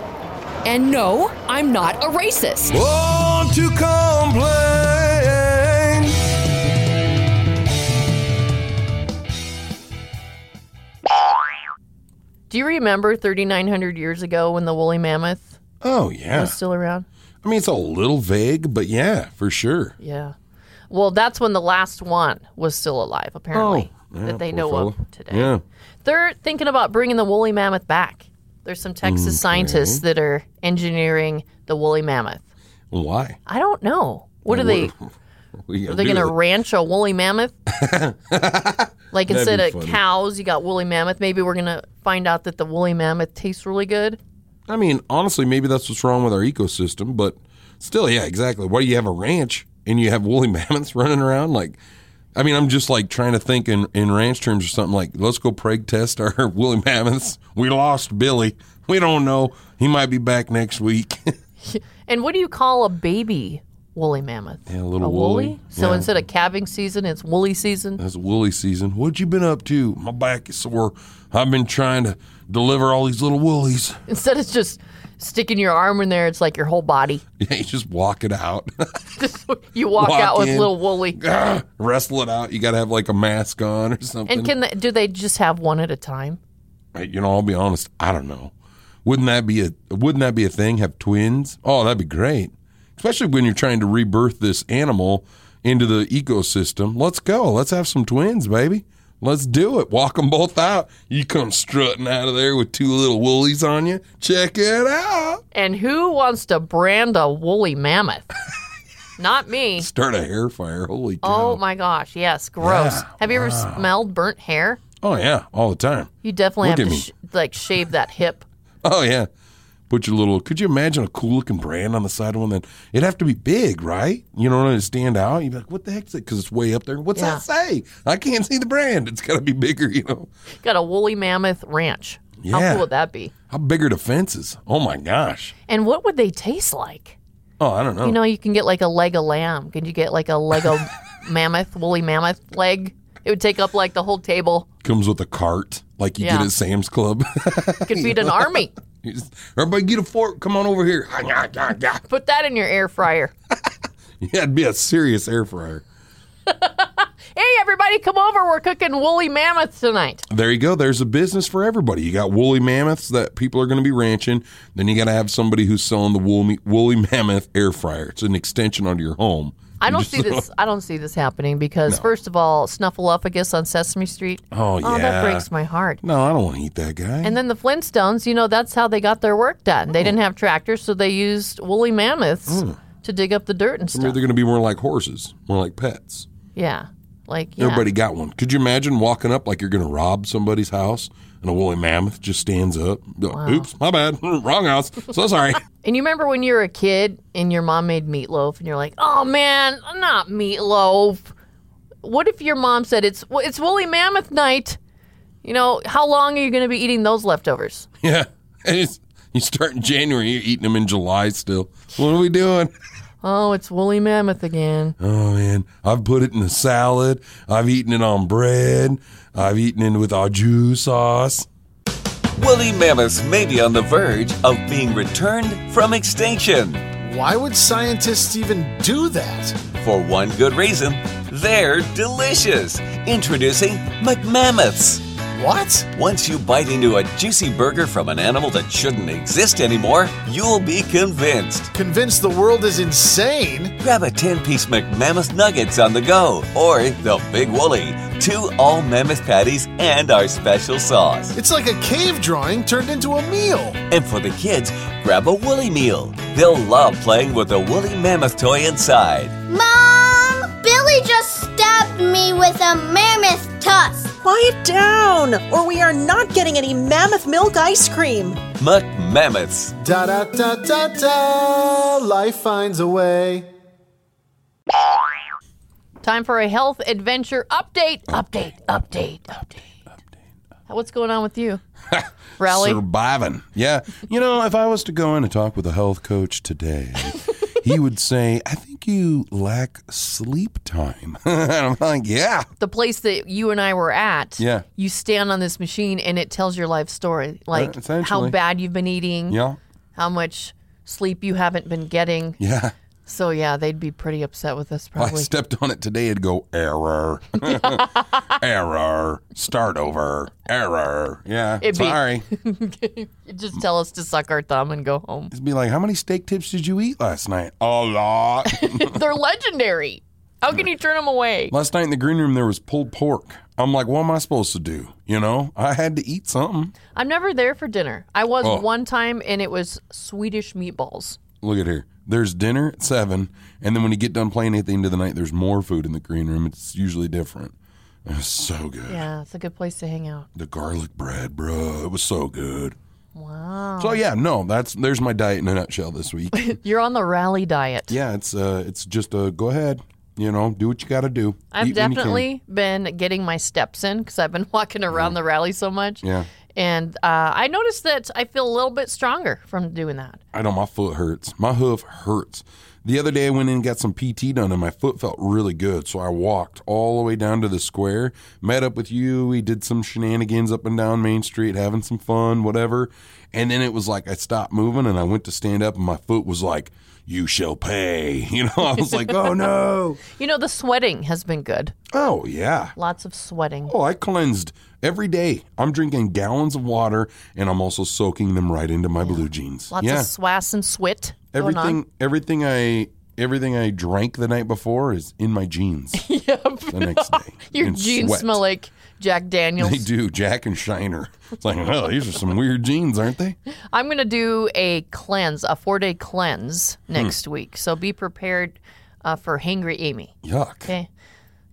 M: And no, I'm not a racist.
A: Want to complain?
B: Do you remember 3,900 years ago when the woolly mammoth
J: Oh yeah.
B: was still around?
J: I mean, it's a little vague, but yeah, for sure.
B: Yeah. Well, that's when the last one was still alive, apparently,
J: Oh. Yeah,
B: that they
J: poor
B: know
J: fella.
B: of today.
J: Yeah.
B: They're thinking about bringing the woolly mammoth back. There's some Texas
J: Okay.
B: scientists that are engineering the woolly mammoth.
J: Why?
B: I don't know. What are they?
J: We
B: Are they going to ranch a woolly mammoth? like
J: That'd
B: instead
J: be
B: of
J: funny.
B: cows, you got woolly mammoth. Maybe we're going to find out that the woolly mammoth tastes really good.
J: I mean, honestly, maybe that's what's wrong with our ecosystem, but still, yeah, exactly. Why do you have a ranch and you have woolly mammoths running around? Like, I mean, I'm just like trying to think in, in ranch terms or something like, let's go preg test our woolly mammoths. We lost Billy. We don't know. He might be back next week.
B: And what do you call a baby woolly mammoth?
J: Yeah, a little
B: a
J: woolly.
B: So
J: Yeah.
B: instead of calving season, it's woolly season.
J: That's woolly season. What you been up to? My back is sore. I've been trying to deliver all these little woolies.
B: Instead of just sticking your arm in there, it's like your whole body.
J: Yeah, you just walk it out,
B: You walk,
J: Walk
B: out with
J: in.
B: little woolly.
J: wrestle it out. You got to have like a mask on or something.
B: And can they, do they just have one at a time?
J: Hey, you know, I'll be honest. I don't know. Wouldn't that be a Wouldn't that be a thing? Have twins? Oh, that'd be great. Especially when you're trying to rebirth this animal into the ecosystem. Let's go. Let's have some twins, baby. Let's do it. Walk them both out. You come strutting out of there with two little woolies on you. Check it out.
B: And who wants to brand a woolly mammoth? Not me.
J: Start a hair fire. Holy cow.
B: Oh my gosh, yes, gross.
J: Yeah,
B: Have you ever
J: wow.
B: smelled burnt hair?
J: Oh yeah, all the time.
B: You definitely
J: Look
B: have
J: at
B: to
J: me.
B: sh- like shave that hip.
J: Oh yeah. Put your little. Could you imagine a cool looking brand on the side of one? Then it'd have to be big, right? You know, to stand out. You'd be like, "What the heck's it?" Because it's way up there. What's
B: Yeah.
J: that say? I can't see the brand. It's got to be bigger. You know,
B: Got a woolly mammoth ranch. How
J: Yeah.
B: cool would that be?
J: how big are the fences? Oh my gosh.
B: And what would they taste like?
J: Oh, I don't know.
B: You know, you can get like a leg of lamb. Can you get like a leg of mammoth, woolly mammoth leg? It would take up like the whole table.
J: comes with a cart like you
B: Yeah.
J: get at Sam's Club.
B: You could feed an army.
J: You just, Everybody, get a fork. Come on over here. yeah,
B: Put that in your air fryer.
J: it'd be a serious air fryer.
B: Hey, everybody, come over. We're cooking woolly mammoth tonight.
J: There you go. There's a business for everybody. You got woolly mammoths that people are going to be ranching. Then you got to have somebody who's selling the woolly, woolly mammoth air fryer. It's an extension onto your home.
B: I
J: You
B: don't
J: just-
B: see this. I don't see this happening because, first of all, Snuffleupagus on Sesame Street.
J: Oh, yeah.
B: that breaks my heart.
J: No, I don't want to eat that guy.
B: And then the Flintstones. You know, that's how they got their work done.
J: Oh.
B: They didn't have tractors, so they used woolly mammoths to dig up the
J: I
B: dirt and
J: mean,
B: stuff.
J: Hmm. they're going to be more like horses, more like pets.
B: Yeah, like yeah.
J: Everybody got one. Could you imagine walking up like you're going to rob somebody's house and a woolly mammoth just stands up? Be like,
B: Wow.
J: Oops, my bad. Wrong house. So sorry.
B: And you remember when you were a kid and your mom made meatloaf, and you're like, "Oh man, not meatloaf." What if your mom said it's well, it's woolly mammoth night? You know, how long are you going to be eating those leftovers?
J: yeah. And it's- you start in January, you're eating them in July still. What are we doing?
B: Oh, it's woolly mammoth again.
J: Oh man, I've put it in a salad. I've eaten it on bread. I've eaten it with au jus sauce.
S: Woolly mammoths may be on the verge of being returned from extinction. Why would scientists even do that? For one good reason they're delicious. Introducing McMammoths. What? Once you bite into a juicy burger from an animal that shouldn't exist anymore, you'll be convinced. Convinced the world is insane? Grab a 10 piece McMammoth Nuggets on the go, or the Big Woolly, two all mammoth patties, and our special sauce.
T: It's like a cave drawing turned into a meal.
S: And for the kids, grab a woolly meal. They'll love playing with the woolly mammoth toy inside.
U: Mom! Billy just stabbed me with a mammoth tusk!
V: Quiet down, or we are not getting any mammoth milk ice cream.
S: Muck mammoths.
T: Da da da da da. Life finds a way.
B: Time for a health adventure update. Update, update, update, update. What's going on with you? Rally?
J: Surviving. Yeah. You know, if I was to go in and talk with a health coach today, he would say, I think you lack sleep time. and I'm like, yeah.
B: the place that you and I were at,
J: Yeah.
B: you stand on this machine and it tells your life story. Like how
J: essentially.
B: bad you've been eating,
J: Yeah.
B: how much sleep you haven't been getting.
J: Yeah.
B: So, yeah, they'd be pretty upset with us
J: If I
B: probably.
J: stepped on it today, it'd go error, error, start over, error. Yeah,
B: It'd be-
J: sorry.
B: Just tell us to suck our thumb and go home.
J: It'd be like, how many steak tips did you eat last night? A lot.
B: They're legendary. How can you turn them away?
J: Last night in the green room, there was pulled pork. I'm like, what am I supposed to do? You know, I had to eat something.
B: I'm never there for dinner. I was
J: Oh.
B: one time and it was Swedish meatballs.
J: Look at here. There's dinner at seven, and then when you get done playing at the end of the night, there's more food in the green room. It's usually different. It was so good.
B: Yeah, it's a good place to hang out.
J: The garlic bread, bro. It was so good.
B: Wow.
J: So yeah, no, that's there's my diet in a nutshell this week.
B: You're on the rally diet.
J: yeah, it's uh, it's just uh, go ahead. You know, do what you got to do.
B: I've
J: Eat when you can.
B: definitely been getting my steps in because I've been walking around the rally so much.
J: Yeah.
B: And uh, I noticed that I feel a little bit stronger from doing that.
J: I know my foot hurts. My hoof hurts. The other day I went in and got some PT done and my foot felt really good. So I walked all the way down to the square, met up with you. We did some shenanigans up and down Main Street, having some fun, whatever. And then it was like I stopped moving and I went to stand up and my foot was like, you shall pay. You know, I was like, oh no.
B: You know, the sweating has been good.
J: Oh, yeah.
B: Lots of sweating.
J: Oh, I cleansed every day. I'm drinking gallons of water and I'm also soaking them right into my blue jeans.
B: Lots
J: yeah.
B: of swass and swit. going on.
J: everything everything I everything I drank the night before is in my jeans. The next day.
B: Your
J: And
B: jeans
J: sweat.
B: smell like Jack
J: They
B: Daniels.
J: do, Jack and Shiner. It's like, oh, these are some weird jeans, aren't they?
B: I'm going to do a cleanse, a four day cleanse next
J: Hmm.
B: week. So be prepared uh, for Hangry Amy.
J: Yuck.
B: Okay.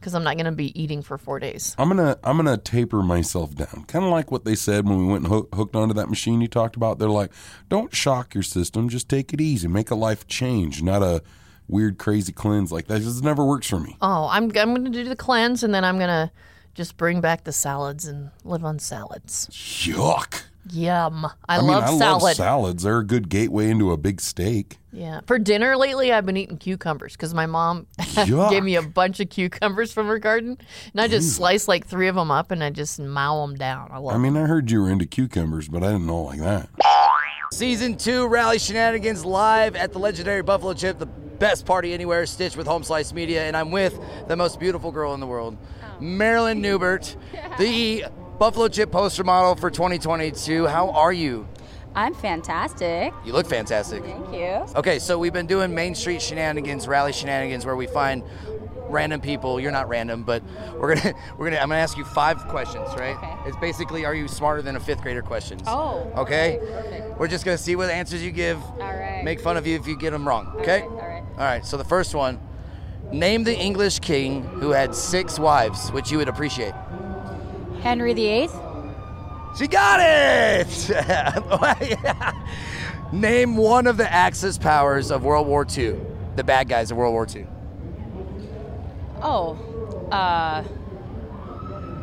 B: Because I'm not going to be eating for four days.
J: I'm gonna I'm gonna taper myself down, kind of like what they said when we went and hoo- hooked onto that machine you talked about. They're like, don't shock your system, just take it easy, make a life change, not a weird crazy cleanse like that. This never works for me.
B: Oh, I'm, I'm going to do the cleanse and then I'm going to just bring back the salads and live on salads.
J: Yuck.
B: Yum. I,
J: mean,
B: love
J: I
B: salad.
J: love salads. They're a good gateway into a big steak.
B: Yeah. For dinner lately, I've been eating cucumbers because my mom gave me a bunch of cucumbers from her garden. And I just slice like three of them up and I just mow them down. I
J: Mm.
B: love
J: I mean, I heard you were into cucumbers, but I didn't know like that.
P: Season two rally shenanigans live at the legendary Buffalo Chip, the best party anywhere. Stitch with Home Slice Media, and I'm with the most beautiful girl in the world, Marilyn Newbert, the Buffalo Chip poster model for 2022. How are you?
C: I'm fantastic.
P: You look fantastic.
C: Thank you.
P: Okay, so we've been doing Main Street shenanigans, rally shenanigans, where we find random people. You're not random, but we're gonna we're gonna I'm gonna ask you five questions, right? It's basically are you smarter than a fifth grader questions.
C: Oh.
P: Okay.
C: perfect.
P: We're just gonna see what answers you give. All
C: right.
P: Make fun of you if you get them wrong. Okay. All right. All right. So the first one, name the English king who had six wives, which you would appreciate.
C: Henry VIII,
P: She got it. Name one of the Axis powers of World War II. The bad guys of World War II.
C: oh, uh,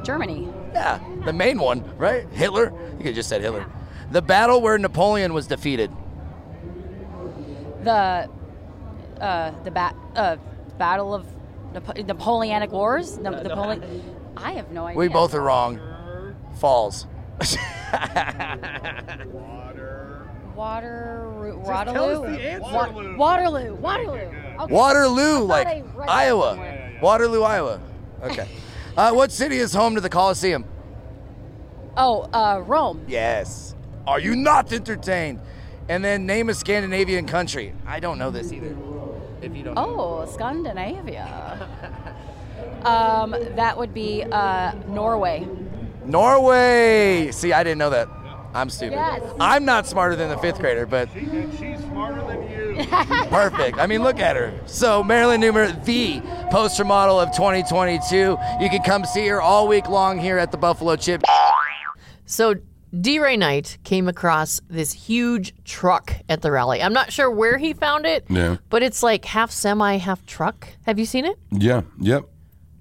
C: Germany,
P: Yeah, the main one, right? Hitler. You could have just said Hitler. The battle where Napoleon was defeated.
C: the uh, the bat uh, Battle of Napo- Napoleonic Wars. Na-
O: Uh,
C: Napole- I have no idea.
P: We both are wrong. Falls.
O: tell
C: Waterloo,
O: us
C: Waterloo,
O: the answer.
C: Wa- Waterloo, Waterloo. Okay.
P: Waterloo,
C: I
P: like
C: thought I read
P: Iowa.
C: somewhere.
P: Waterloo, Iowa. Okay. Uh, what city is home to the Coliseum?
C: Oh, uh, Rome.
P: Yes. Are you not entertained? And then name a Scandinavian country. I don't know this either. If you don't. know.
C: Oh, Scandinavia. um, that would be uh, Norway.
P: Norway. See, I didn't know that. I'm stupid.
C: Yes.
P: I'm not smarter than the fifth grader, but
C: She's smarter than you.
P: Perfect. I mean, look at her. So, Marilyn Newmer, the poster model of 2022. You can come see her all week long here at the Buffalo Chip.
B: So D. Ray Knight came across this huge truck at the rally. I'm not sure where he found it,
J: Yeah.
B: but it's like half semi, half truck. Have you seen it?
J: Yeah. Yep.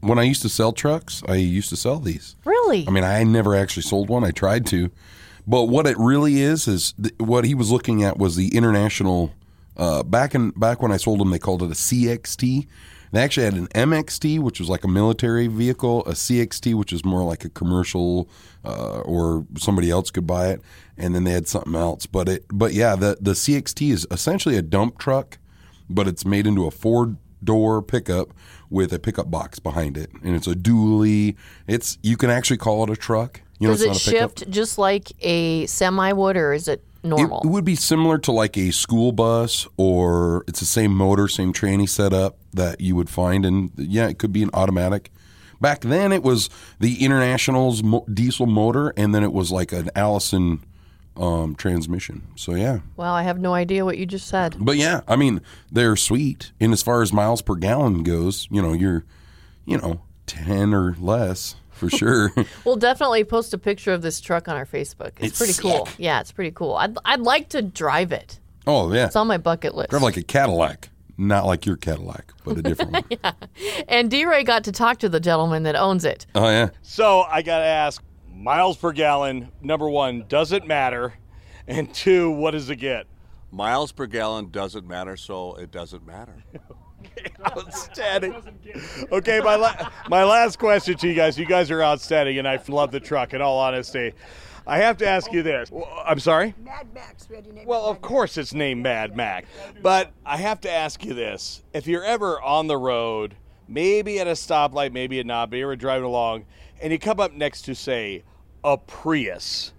J: When I used to sell trucks, I used to sell these.
B: Really?
J: I mean, I never actually sold one. I tried to, but what it really is is th- what he was looking at was the international. Uh, back in back when I sold them, they called it a CXT. They actually had an MXT, which was like a military vehicle, a CXT, which is more like a commercial, uh, or somebody else could buy it, and then they had something else. But it, but yeah, the the CXT is essentially a dump truck but it's made into a four door pickup with a pickup box behind it and it's a dually it's you can actually call it a truck you know
B: Does it
J: it's not a pickup
B: shift just like a semi would, or is it normal?
J: it would be similar to like a school bus or it's the same motor same tranny setup that you would find and yeah it could be an automatic back then it was the international's mo- diesel motor and then it was like an allison um, transmission so yeah
B: wow, I have no idea what you just said.
J: But yeah, I mean, they're sweet. And as far as miles per gallon goes, you know, you're, you know, 10 or less for sure.
B: We'll definitely post a picture of this truck on our Facebook. It's,
J: It's
B: pretty cool. Yeah, it's pretty cool. I'd, I'd like to drive it.
J: oh, yeah.
B: It's on my bucket list.
J: Drive like a Cadillac, not like your Cadillac, but a different one.
B: And D Ray got to talk to the gentleman that owns it.
J: Oh, yeah.
E: So I got to ask, miles per gallon, number one, doesn't matter. And two, what does it get?
D: Miles per gallon doesn't matter, so it doesn't matter.
E: Outstanding. Okay, my, la- my last question to you guys. You guys are outstanding, and I love the truck, in all honesty. I have to ask you this. Well, I'm sorry?
F: Mad Max ready name.
E: Well, of course it's named Mad Mac. But I have to ask you this. If you're ever on the road, maybe at a stoplight, maybe at not, but you're driving along, and you come up next to, say, a Prius,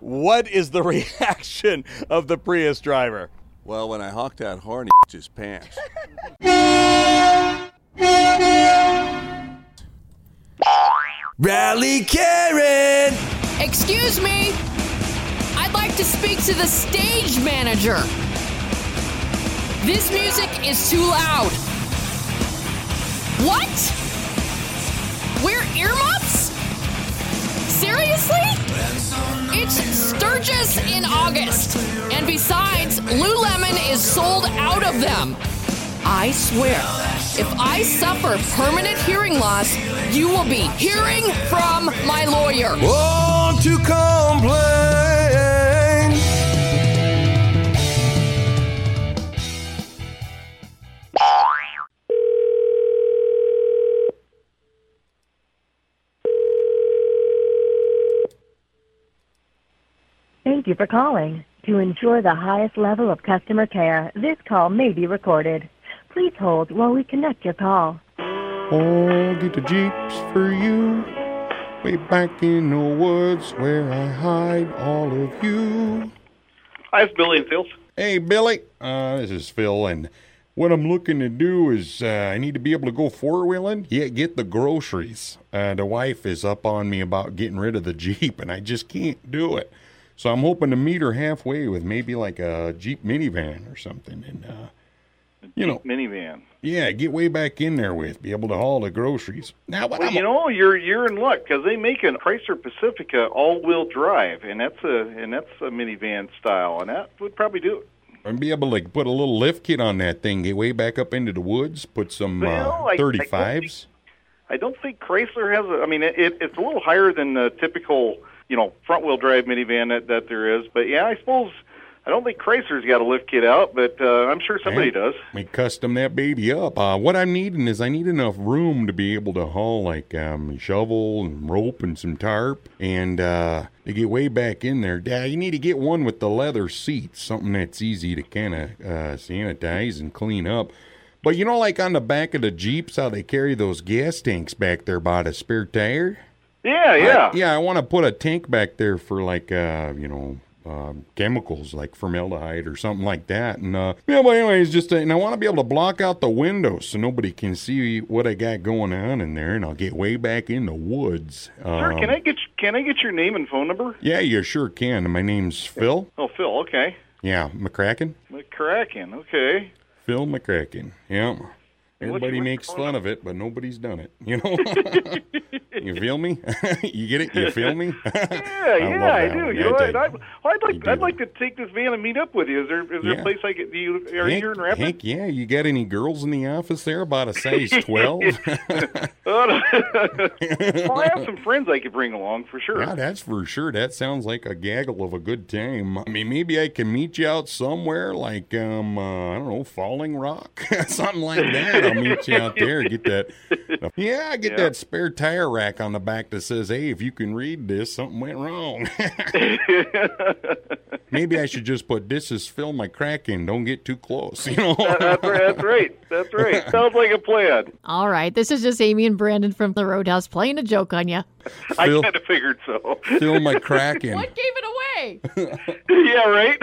E: what is the reaction of the Prius driver?
D: Well, when I honked that horn, he his pants.
A: Rally Karen!
M: Excuse me. I'd like to speak to the stage manager. This music is too loud. What? We're earmuffs? Seriously? It's Sturgis in August. And besides, Lululemon is sold out of them. I swear, if I suffer permanent hearing loss, you will be hearing from my lawyer.
A: Won't you complain?
W: Thank you for calling. To ensure the highest level of customer care, this call may be recorded. Please hold while we connect your call.
X: I'll get the jeeps for you. Way back in the woods where I hide all of you.
Y: Hi, it's Billy and Phil.
X: Hey, Billy. Uh, this is Phil, and what I'm looking to do is uh, I need to be able to go four wheeling, yet get the groceries. Uh, the wife is up on me about getting rid of the Jeep, and I just can't do it. So I'm hoping to meet her halfway with maybe like a Jeep minivan or something, and uh, you know,
Y: Minivan.
X: yeah, get way back in there with, be able to haul the groceries. Now, what
Y: well, you know, you're you're in luck because they make an Chrysler Pacifica all-wheel drive, and that's a and that's a minivan style, and that would probably do it.
X: and be able to like put a little lift kit on that thing, get way back up into the woods, put some
Y: Well, I-
X: uh,
Y: I don't
X: 35s.
Y: I don't think Chrysler has a. I mean, it, it, it's a little higher than the typical, you know, front-wheel drive minivan that, that there is. But yeah, I suppose I don't think Chrysler's got a lift kit out, but uh, I'm sure somebody
X: Yeah.
Y: does.
X: We custom that baby up. Uh, what I'm needing is I need enough room to be able to haul like um, shovel and rope and some tarp, and uh, to get way back in there. Yeah, you need to get one with the leather seats, something that's easy to kind of uh, sanitize and clean up. But you know, like on the back of the jeeps, how they carry those gas tanks back there by the spare tire.
Y: Yeah, yeah.
X: I, yeah, I want to put a tank back there for like uh, you know, um, chemicals like formaldehyde or something like that. And uh, yeah, but anyways, just uh, and I want to be able to block out the windows so nobody can see what I got going on in there, and I'll get way back in the woods.
Y: Sir, can
X: Um,
Y: I get can I get your name and phone number?
X: Yeah, you sure can. My name's Phil.
Y: Oh, Phil. Okay,
X: Yeah, McCracken.
Y: McCracken. Okay.
X: Phil McCracken. Yeah.
Y: Hey, what's-
X: Everybody
Y: what's
X: makes
Y: going
X: fun of it, but nobody's done it. You know? you feel me? you get it? You feel me?
Y: Yeah, yeah, I do. You know, what? I, well, I'd like
X: do.
Y: I'd like to take this van and meet up with you. Is there is there
X: Yeah.
Y: a place I could? Do you, are you
X: Hank,
Y: here in Rapid?
X: Hank, yeah, you got any girls in the office there about a size 12?
Y: well, I have some friends I could bring along for sure.
X: Yeah, that's for sure. That sounds like a gaggle of a good time. I mean, maybe I can meet you out somewhere like, um, uh, I don't know, Falling Rock? Something like that. I'll meet you out there. Get that. uh, Yeah, get
Y: Yeah.
X: that spare tire rack on the back that says, hey, if you can read this, something went wrong. maybe I should just put, this is Phil McCracken. Don't get too close. You know?
Y: That- that's, right, that's right. That's right. Sounds like a plan.
B: All right, this is just Amy and Brandon from the Roadhouse playing a joke on you.
Y: I
X: Phil-
Y: kind of figured so.
X: Phil McCracken.
B: What gave it away?
Y: yeah, right?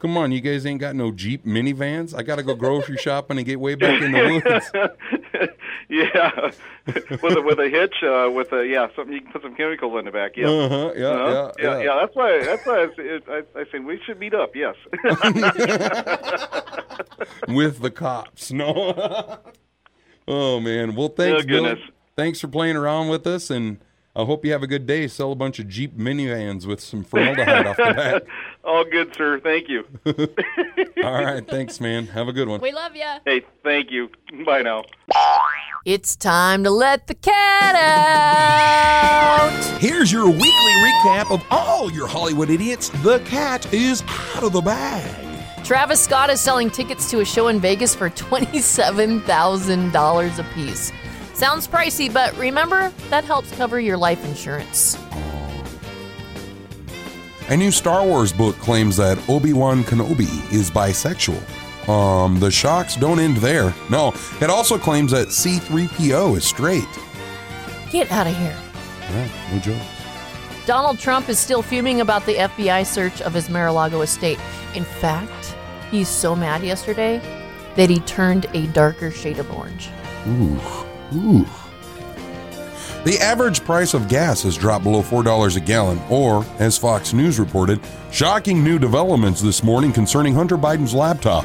X: Come on, you guys ain't got no Jeep minivans. I gotta go grocery shopping and get way back in the woods.
Y: yeah, with a, with a hitch, uh, with a yeah, something you can put some chemicals in the back. Yeah,
X: Uh-huh, yeah,
Y: Uh-huh.
X: yeah,
Y: yeah,
X: yeah.
Y: That's why. That's why I, s- I, I said we should meet up. Yes.
X: with the cops. No. oh man. Well, thanks,
Y: Oh,
X: Billy.
Y: goodness.
X: Thanks for playing around with us, and I hope you have a good day. Sell a bunch of Jeep minivans with some formaldehyde off the
Y: All good, sir. Thank you.
X: back. All right, thanks, man. Have a good one.
Y: love you. Hey, thank you. Bye now.
B: It's time to let the cat out.
F: Here's your weekly recap of all your Hollywood idiots. The cat is out of the bag.
B: Travis Scott is selling tickets to a show in Vegas for $27,000 apiece. Sounds pricey, but remember, that helps cover your life insurance.
J: A new Star Wars book claims that Obi Wan Kenobi is bisexual. Um, the shocks don't end there. No, it also claims that C3PO is straight.
B: Get out of here.
J: Yeah, no joke.
B: Donald Trump is still fuming about the FBI search of his Mar a Lago estate. In fact, he's so mad yesterday that he turned a darker shade of orange.
J: Ooh, ooh. The average price of gas has dropped below $4 a gallon, or, as Fox News reported, shocking new developments this morning concerning Hunter Biden's laptop.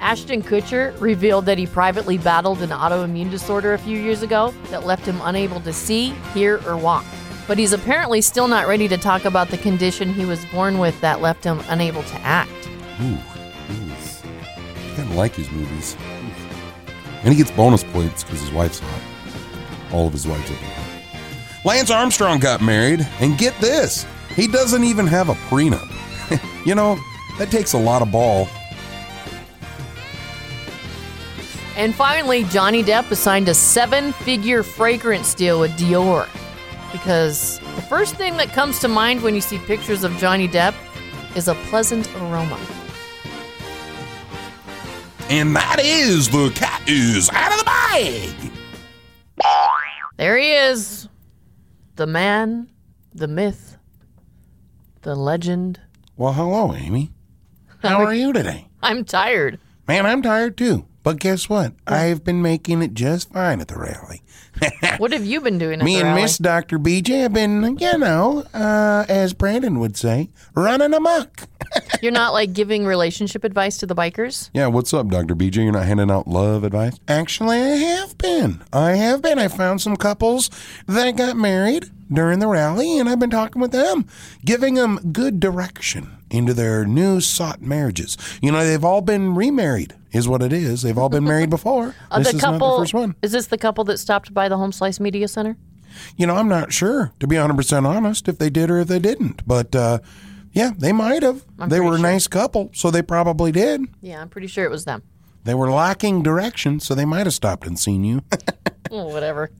B: Ashton Kutcher revealed that he privately battled an autoimmune disorder a few years ago that left him unable to see, hear, or walk. But he's apparently still not ready to talk about the condition he was born with that left him unable to act.
J: Ooh, ooh. I kind of like his movies. And he gets bonus points because his wife's hot. All of his wife's are hot. Lance Armstrong got married, and get this, he doesn't even have a prenup. you know, that takes a lot of ball.
B: And finally, Johnny Depp has signed a seven figure fragrance deal with Dior. Because the first thing that comes to mind when you see pictures of Johnny Depp is a pleasant aroma.
F: And that is the cat is out of the bag.
B: There he is. The man, the myth, the legend.
F: Well, hello, Amy. How are you today?
B: I'm tired.
F: Man, I'm tired too. But guess what? I've been making it just fine at the rally.
B: what have you been doing? at
F: Me
B: the
F: and
B: rally?
F: Miss Dr. BJ have been, you know, uh, as Brandon would say, running amok.
B: You're not like giving relationship advice to the bikers?
J: Yeah, what's up, Dr. BJ? You're not handing out love advice?
F: Actually, I have been. I have been. I found some couples that got married during the rally, and I've been talking with them, giving them good direction into their new sought marriages. You know, they've all been remarried, is what it is. They've all been married before.
B: Uh,
F: this
B: the
F: is
B: couple,
F: not the first one.
B: Is this the couple that stopped by the Home Slice Media Center?
F: You know, I'm not sure, to be 100% honest, if they did or if they didn't. But uh, yeah, they might have. they were a nice couple, so they probably did.
B: Yeah, I'm pretty sure it was them.
F: They were lacking direction, so they might have stopped and seen you.
B: Oh, whatever.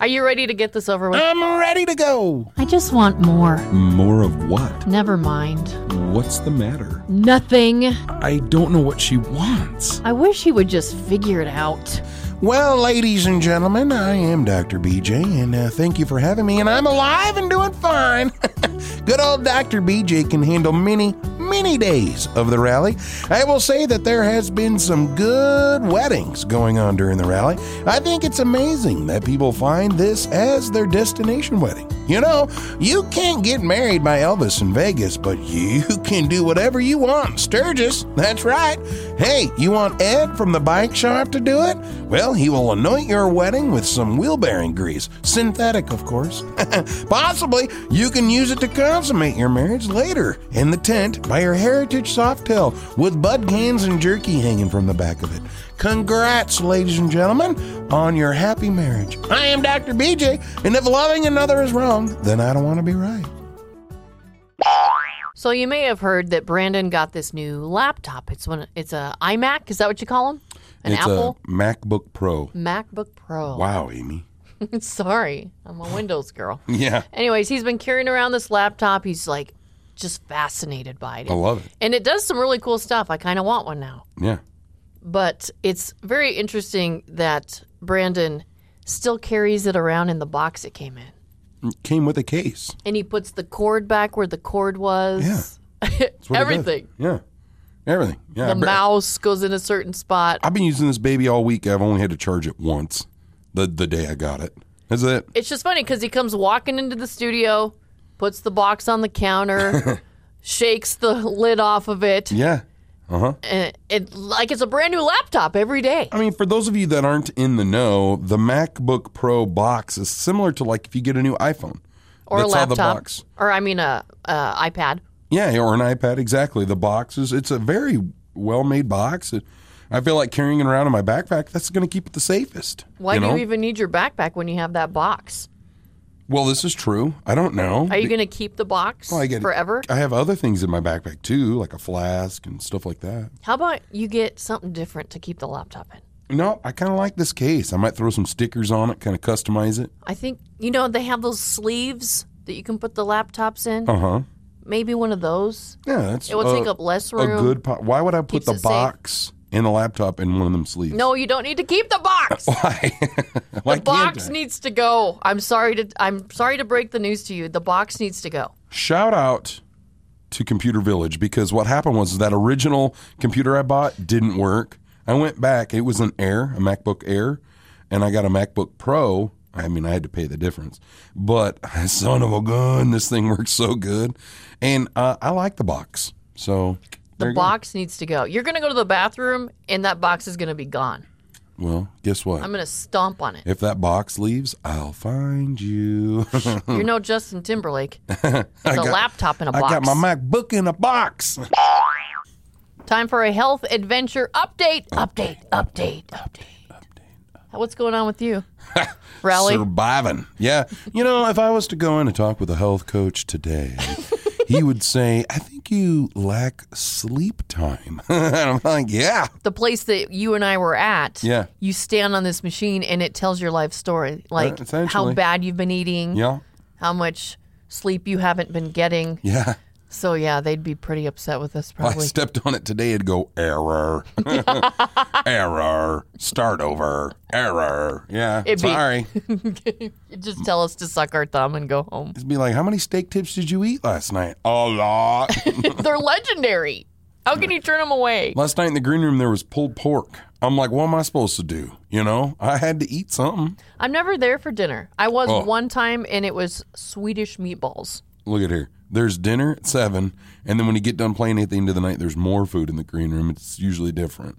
B: Are you ready to get this over with?
F: I'm ready to go.
B: I just want more.
J: More of what?
B: Never mind.
J: What's the matter?
B: Nothing.
J: I don't know what she wants.
B: I wish he would just figure it out.
F: Well, ladies and gentlemen, I am Dr. BJ, and uh, thank you for having me. And I'm alive and doing fine. Good old Dr. BJ can handle many, many days of the rally. I will say that there has been some good weddings going on during the rally. I think it's amazing that people find this as their destination wedding. You know, you can't get married by Elvis in Vegas, but you can do whatever you want, Sturgis. That's right. Hey, you want Ed from the bike shop to do it? Well, he will anoint your wedding with some wheel bearing grease, synthetic, of course. Possibly, you can use it to consummate your marriage later in the tent by your heritage softail with bud cans and jerky hanging from the back of it. Congrats, ladies and gentlemen, on your happy marriage. I am Dr. BJ, and if loving another is wrong, then I don't want to be right.
B: So you may have heard that Brandon got this new laptop. It's one. It's a iMac. Is that what you call them? An
J: it's
B: Apple Oh.
J: a MacBook Pro.
B: MacBook Pro.
J: Wow, Amy.
B: Sorry, I'm a Windows girl.
J: Yeah,
B: Anyways, he's been carrying around this laptop. He's like just fascinated by it.
J: I love it.
B: And it does some really cool stuff. I kind of want one now.
J: Yeah.
B: But it's very interesting that Brandon still carries it around in the box it came in.
J: Came with a case.
B: And he puts the cord back where the cord was. Yeah.
J: That's what it does.
B: Everything.
J: Yeah. Everything. Yeah.
B: the
J: I bet-
B: mouse goes in a certain spot.
J: I've been using this baby all week. I've only had to charge it once. The the day I got it. That's it.
B: It's just funny because he comes walking into the studio, puts the box on the counter, shakes the lid off of it,
J: Yeah. Uh huh.
B: and it like it's a brand new laptop every day.
J: I mean, for those of you that aren't in the know, the MacBook Pro box is similar to like if you get a new iPhone.
B: Or
J: That's
B: a
J: how
B: laptop,
J: the box.
B: or I mean a, a iPad.
J: Yeah, or an iPad. Exactly. The box is. It's a very well made box. I feel like carrying it around in my backpack. That's going to keep it the safest.
B: Why
J: you
B: do
J: know?
B: you even need your backpack when you have that box?
J: Well, this is true. I don't know.
B: Are you going to keep the box
J: Well, I get-
B: forever?
J: I have other things in my backpack too, like a flask and stuff like that.
B: How about you get something different to keep the laptop in?
J: No, I kind of like this case. I might throw some stickers on it, kind of customize it.
B: I think you know they have those sleeves that you can put the laptops in.
J: Uh huh.
B: Maybe one of those.
J: Yeah, that's
B: it will
J: a-
B: take up less room.
J: A good. Po- Why would I put
B: Keeps
J: the
B: it safe.
J: box and the laptop in one of them sleeves?
B: No, you don't need to keep the box.
J: Why
B: the box
J: I?
B: needs to go. I'm sorry to I'm sorry to break the news to you. The box needs to go.
J: Shout out to Computer Village because what happened was that original computer I bought didn't work. I went back, it was an Air, a MacBook Air, and I got a MacBook Pro. I mean, I had to pay the difference, but son of a gun, this thing works so good. And uh, I like the box. So, there
B: The
J: you go.
B: box needs to go. You're gonna go to the bathroom and that box is gonna be gone.
J: well, guess what?
B: I'm gonna stomp on it.
J: if that box leaves, I'll find you.
B: You're no Justin Timberlake.
J: I
B: It's a
J: got-
B: laptop in a box.
J: I got my MacBook in a box.
B: Time for a health adventure update. Update. Update. Update. Update. What's going on with you, Rally?
J: Surviving. Yeah. You know, if I was to go in and talk with a health coach today, he would say, I think you lack sleep time. and I'm like, yeah.
B: the place that you and I were at,
J: Yeah.
B: you stand on this machine and it tells your life story, like how
J: essentially.
B: bad you've been eating,
J: Yeah.
B: how much sleep you haven't been getting.
J: Yeah.
B: So yeah, they'd be pretty upset with us
J: If I
B: probably.
J: stepped on it today, it'd go, error. error. Start over. Error. Yeah.
B: It'd be-
J: Sorry.
B: You'd just tell us to suck our thumb and go home.
J: It'd be like, how many steak tips did you eat last night? A lot.
B: They're legendary. How can you turn them away?
J: Last night in the green room, there was pulled pork. I'm like, what am I supposed to do? You know, I had to eat something.
B: I'm never there for dinner. I was
J: Oh.
B: one time and it was Swedish meatballs.
J: Look at here. There's dinner at seven, and then when you get done playing at the end of the night, there's more food in the green room. It's usually different.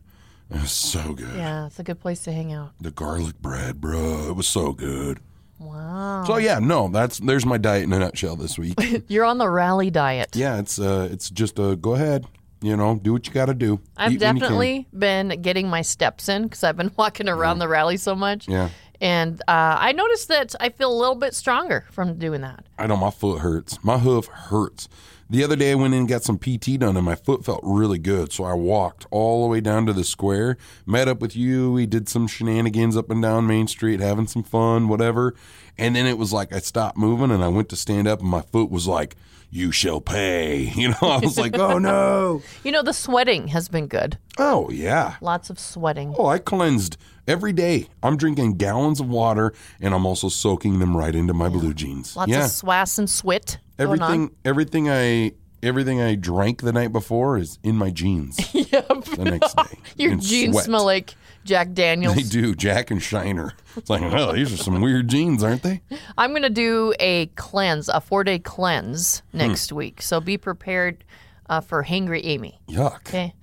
J: It was so good.
B: Yeah, it's a good place to hang out.
J: The garlic bread, bro. It was so good.
B: Wow.
J: So yeah, no, that's there's my diet in a nutshell this week.
B: You're on the rally diet.
J: yeah, it's uh, it's just uh, go ahead, you know, do what you got to do. Eat when
B: I've
J: you can.
B: definitely been getting my steps in because I've been walking around
J: Mm-hmm.
B: the rally so much.
J: Yeah,
B: And uh, I noticed that I feel a little bit stronger from doing that.
J: I know my foot hurts. My hoof hurts. The other day I went in and got some PT done and my foot felt really good. So I walked all the way down to the square, met up with you. We did some shenanigans up and down Main Street, having some fun, whatever. And then it was like I stopped moving and I went to stand up and my foot was like, You shall pay. You know, I was like, Oh no.
B: You know, the sweating has been good.
J: Oh yeah.
B: Lots of sweating.
J: Oh, I cleansed every day. I'm drinking gallons of water and I'm also soaking them right into my blue jeans.
B: Lots
J: yeah.
B: of swass and swit going on.
J: Everything, everything I, everything I drank the night before is in my jeans. yep. The next day,
B: Your
J: in
B: jeans
J: sweat.
B: smell like Jack
J: They
B: Daniels.
J: do, Jack and Shiner. It's like, well, these are some weird jeans, aren't they?
B: I'm going to do a cleanse, a four day cleanse
J: Hmm.
B: next week. So be prepared uh, for Hangry Amy.
J: Yuck.
B: Okay.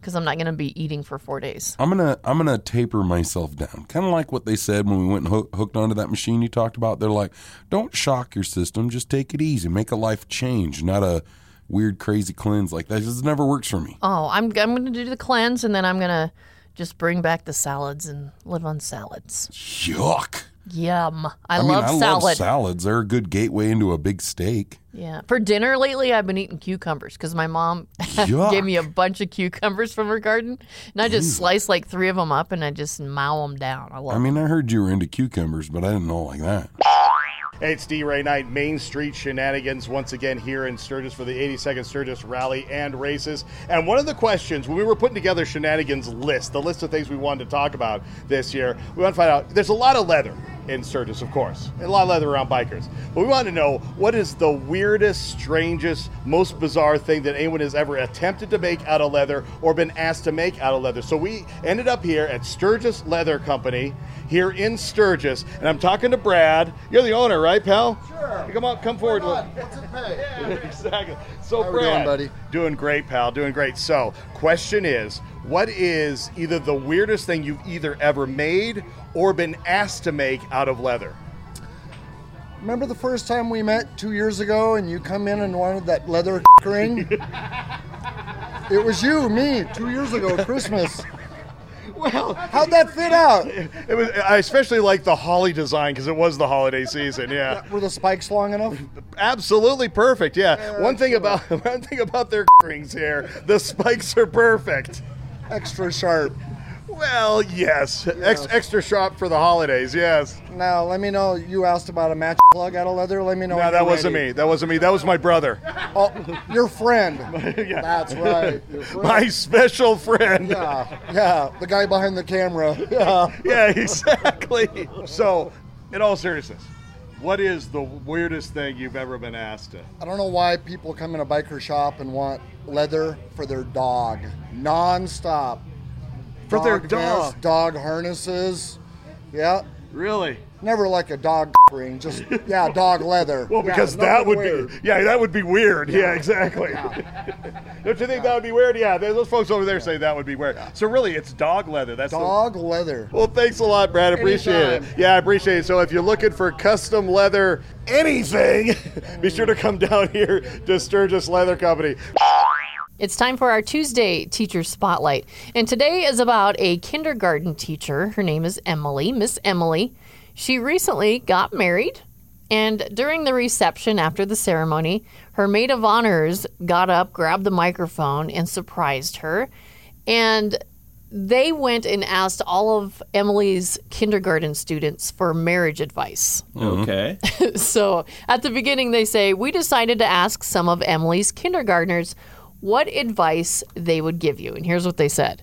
B: Because I'm not going to be eating for four days.
J: I'm gonna, I'm gonna taper myself down, kind of like what they said when we went and hoo- hooked onto that machine you talked about. They're like, don't shock your system, just take it easy, make a life change, not a weird, crazy cleanse like that. This never works for me.
B: Oh, I'm, I'm going to do the cleanse and then I'm going to just bring back the salads and live on salads.
J: Yuck.
B: Yum. I,
J: mean,
B: love
J: I
B: salad.
J: love salads. They're a good gateway into a big steak.
B: Yeah. For dinner lately, I've been eating cucumbers because my mom gave me a bunch of cucumbers from her garden. And I just slice like three of them up and I just mow them down. I love
J: I mean, I heard you were into cucumbers, but I didn't know like that.
E: Hey, it's D. Ray Knight, Main Street Shenanigans, once again here in Sturgis for the 82nd Sturgis Rally and Races. And one of the questions when we were putting together Shenanigans list, the list of things we wanted to talk about this year, we want to find out there's a lot of leather in Sturgis, of course, and a lot of leather around bikers. But we wanted to know what is the weirdest, strangest, most bizarre thing that anyone has ever attempted to make out of leather or been asked to make out of leather. So we ended up here at Sturgis Leather Company here in Sturgis, and I'm talking to Brad. You're the owner, right, pal? Sure. Come on, come forward.
T: What's it pay?
E: exactly. So,
T: How we
E: Brad,
T: doing, buddy?
E: Doing great, pal. Doing great. So, question is, what is either the weirdest thing you've either ever made or been asked to make out of leather?
T: Remember the first time we met two years ago and you come in and wanted that leather ring?
K: It was you, me, two years ago, at Christmas. Well, how'd that fit out?
E: It was. I especially like the holly design because it was the holiday season. Yeah,
K: Were the spikes long enough?
E: absolutely perfect. Yeah. One thing about one thing about their rings here, the spikes are perfect.
K: Extra sharp.
E: Well, yes. Ex- extra sharp for the holidays. Yes.
K: Now, let me know. You asked about a match plug out of leather. Let me know.
E: No, that wasn't me. That wasn't me. That was my brother.
K: Oh, your friend. That's right. your friend.
E: My special friend.
K: Yeah, yeah. The guy behind the camera. Yeah.
E: yeah, exactly. So, in all seriousness, what is the weirdest thing you've ever been asked? To?
K: I don't know why people come in a biker shop and want leather for their dog nonstop.
E: For their dog?
K: vests, dog harnesses. Yeah.
E: Really?
K: Never like a dog ring, just yeah, dog leather.
E: Well, because that would be yeah, that would be weird. Yeah, exactly. Don't you think that would be weird? Yeah, those folks over there say that would be weird. So really, it's dog leather. That's the-
K: dog leather.
E: Well, thanks a lot, Brad. Appreciate it.
K: Anytime.
E: Yeah, I appreciate it. So if you're looking for custom leather anything, be sure to come down here to Sturgis Leather Company.
B: It's time for our Tuesday teacher spotlight. And today is about a kindergarten teacher. Her name is Emily, Miss Emily. She recently got married. And during the reception after the ceremony, her maid of honors got up, grabbed the microphone, and surprised her. And they went and asked all of Emily's kindergarten students for marriage advice.
J: Mm-hmm.
Z: Okay.
B: so at the beginning, they say, We decided to ask some of Emily's kindergartners what advice they would give you. And here's what they said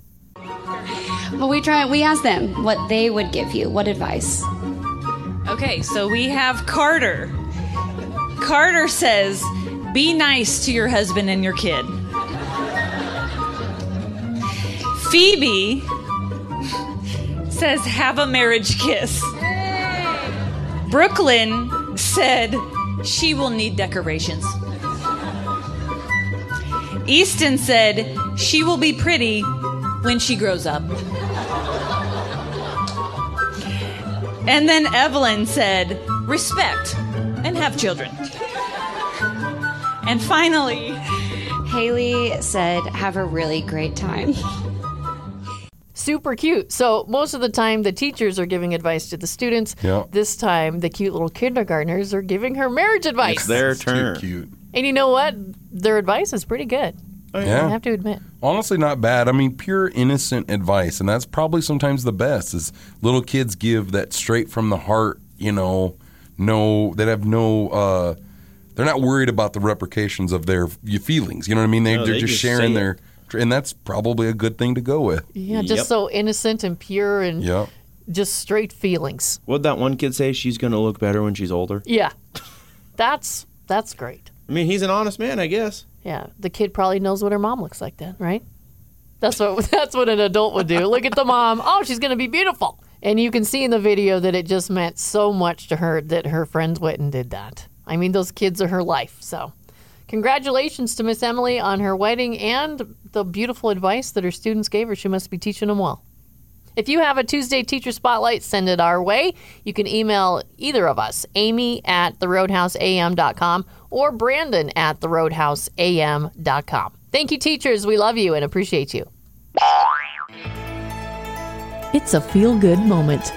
H: Well, we try. We ask them what they would give you. What advice?
L: Okay, so we have Carter. Carter says, be nice to your husband and your kid. Phoebe says, have a marriage kiss. Brooklyn said, she will need decorations. Easton said, she will be pretty when she grows up. And then Evelyn said, respect and have children. And finally,
H: Haley said, "Have a really great time."
B: Super cute. So, most of the time, the teachers are giving advice to the students.
H: Yeah.
B: This time, the cute little kindergartners are giving her marriage advice.
Z: It's their turn.
J: cute.
B: And you know what? Their advice is pretty good.
J: yeah.
B: I have to admit.
J: Honestly, not bad. I mean, pure innocent advice, and that's probably sometimes the best. Is little kids give that straight from the heart. You know, no, that have no. uh They're not worried about the repercussions of their your feelings. You know what I mean? They,
Z: No,
J: they're
Z: they
J: just
Z: just
J: sharing
Z: say
J: their, and that's probably a good thing to go with.
B: Yeah, just so innocent and pure and
J: Yeah.
B: just straight feelings.
Z: What'd that one kid say? She's going to look better when she's older.
B: Yeah. That's that's great.
Z: I mean, he's an honest man, I guess.
B: Yeah. The kid probably knows what her mom looks like then, right? That's what that's what an adult would do. Look at the mom. Oh, she's gonna be beautiful. And you can see in the video that it just meant so much to her that her friends went and did that. I mean, those kids are her life, so congratulations to Miss Emily on her wedding and the beautiful advice that her students gave her. She must be teaching them well. If you have a Tuesday teacher spotlight, send it our way. You can email either of us, Amy at theroadhouseam.com or Brandon at theroadhouseam.com. Thank you, teachers. We love you and appreciate you. It's a feel good moment.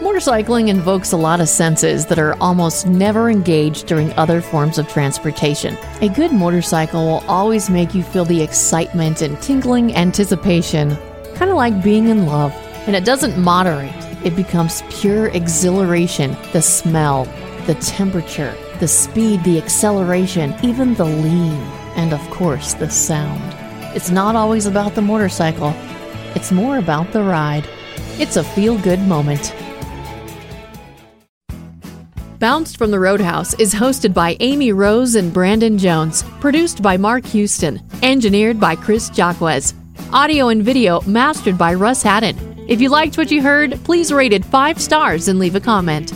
B: Motorcycling invokes a lot of senses that are almost never engaged during other forms of transportation. A good motorcycle will always make you feel the excitement and tingling anticipation, kind of like being in love. And it doesn't moderate, it becomes pure exhilaration. The smell, the temperature, the speed, the acceleration, even the lean, and of course, the sound. It's not always about the motorcycle, it's more about the ride. It's a feel good moment. Bounced from the Roadhouse is hosted by Amy Rose and Brandon Jones, produced by Mark Houston, engineered by Chris Jacquez, audio and video mastered by Russ Haddon. If you liked what you heard, please rate it five stars and leave a comment.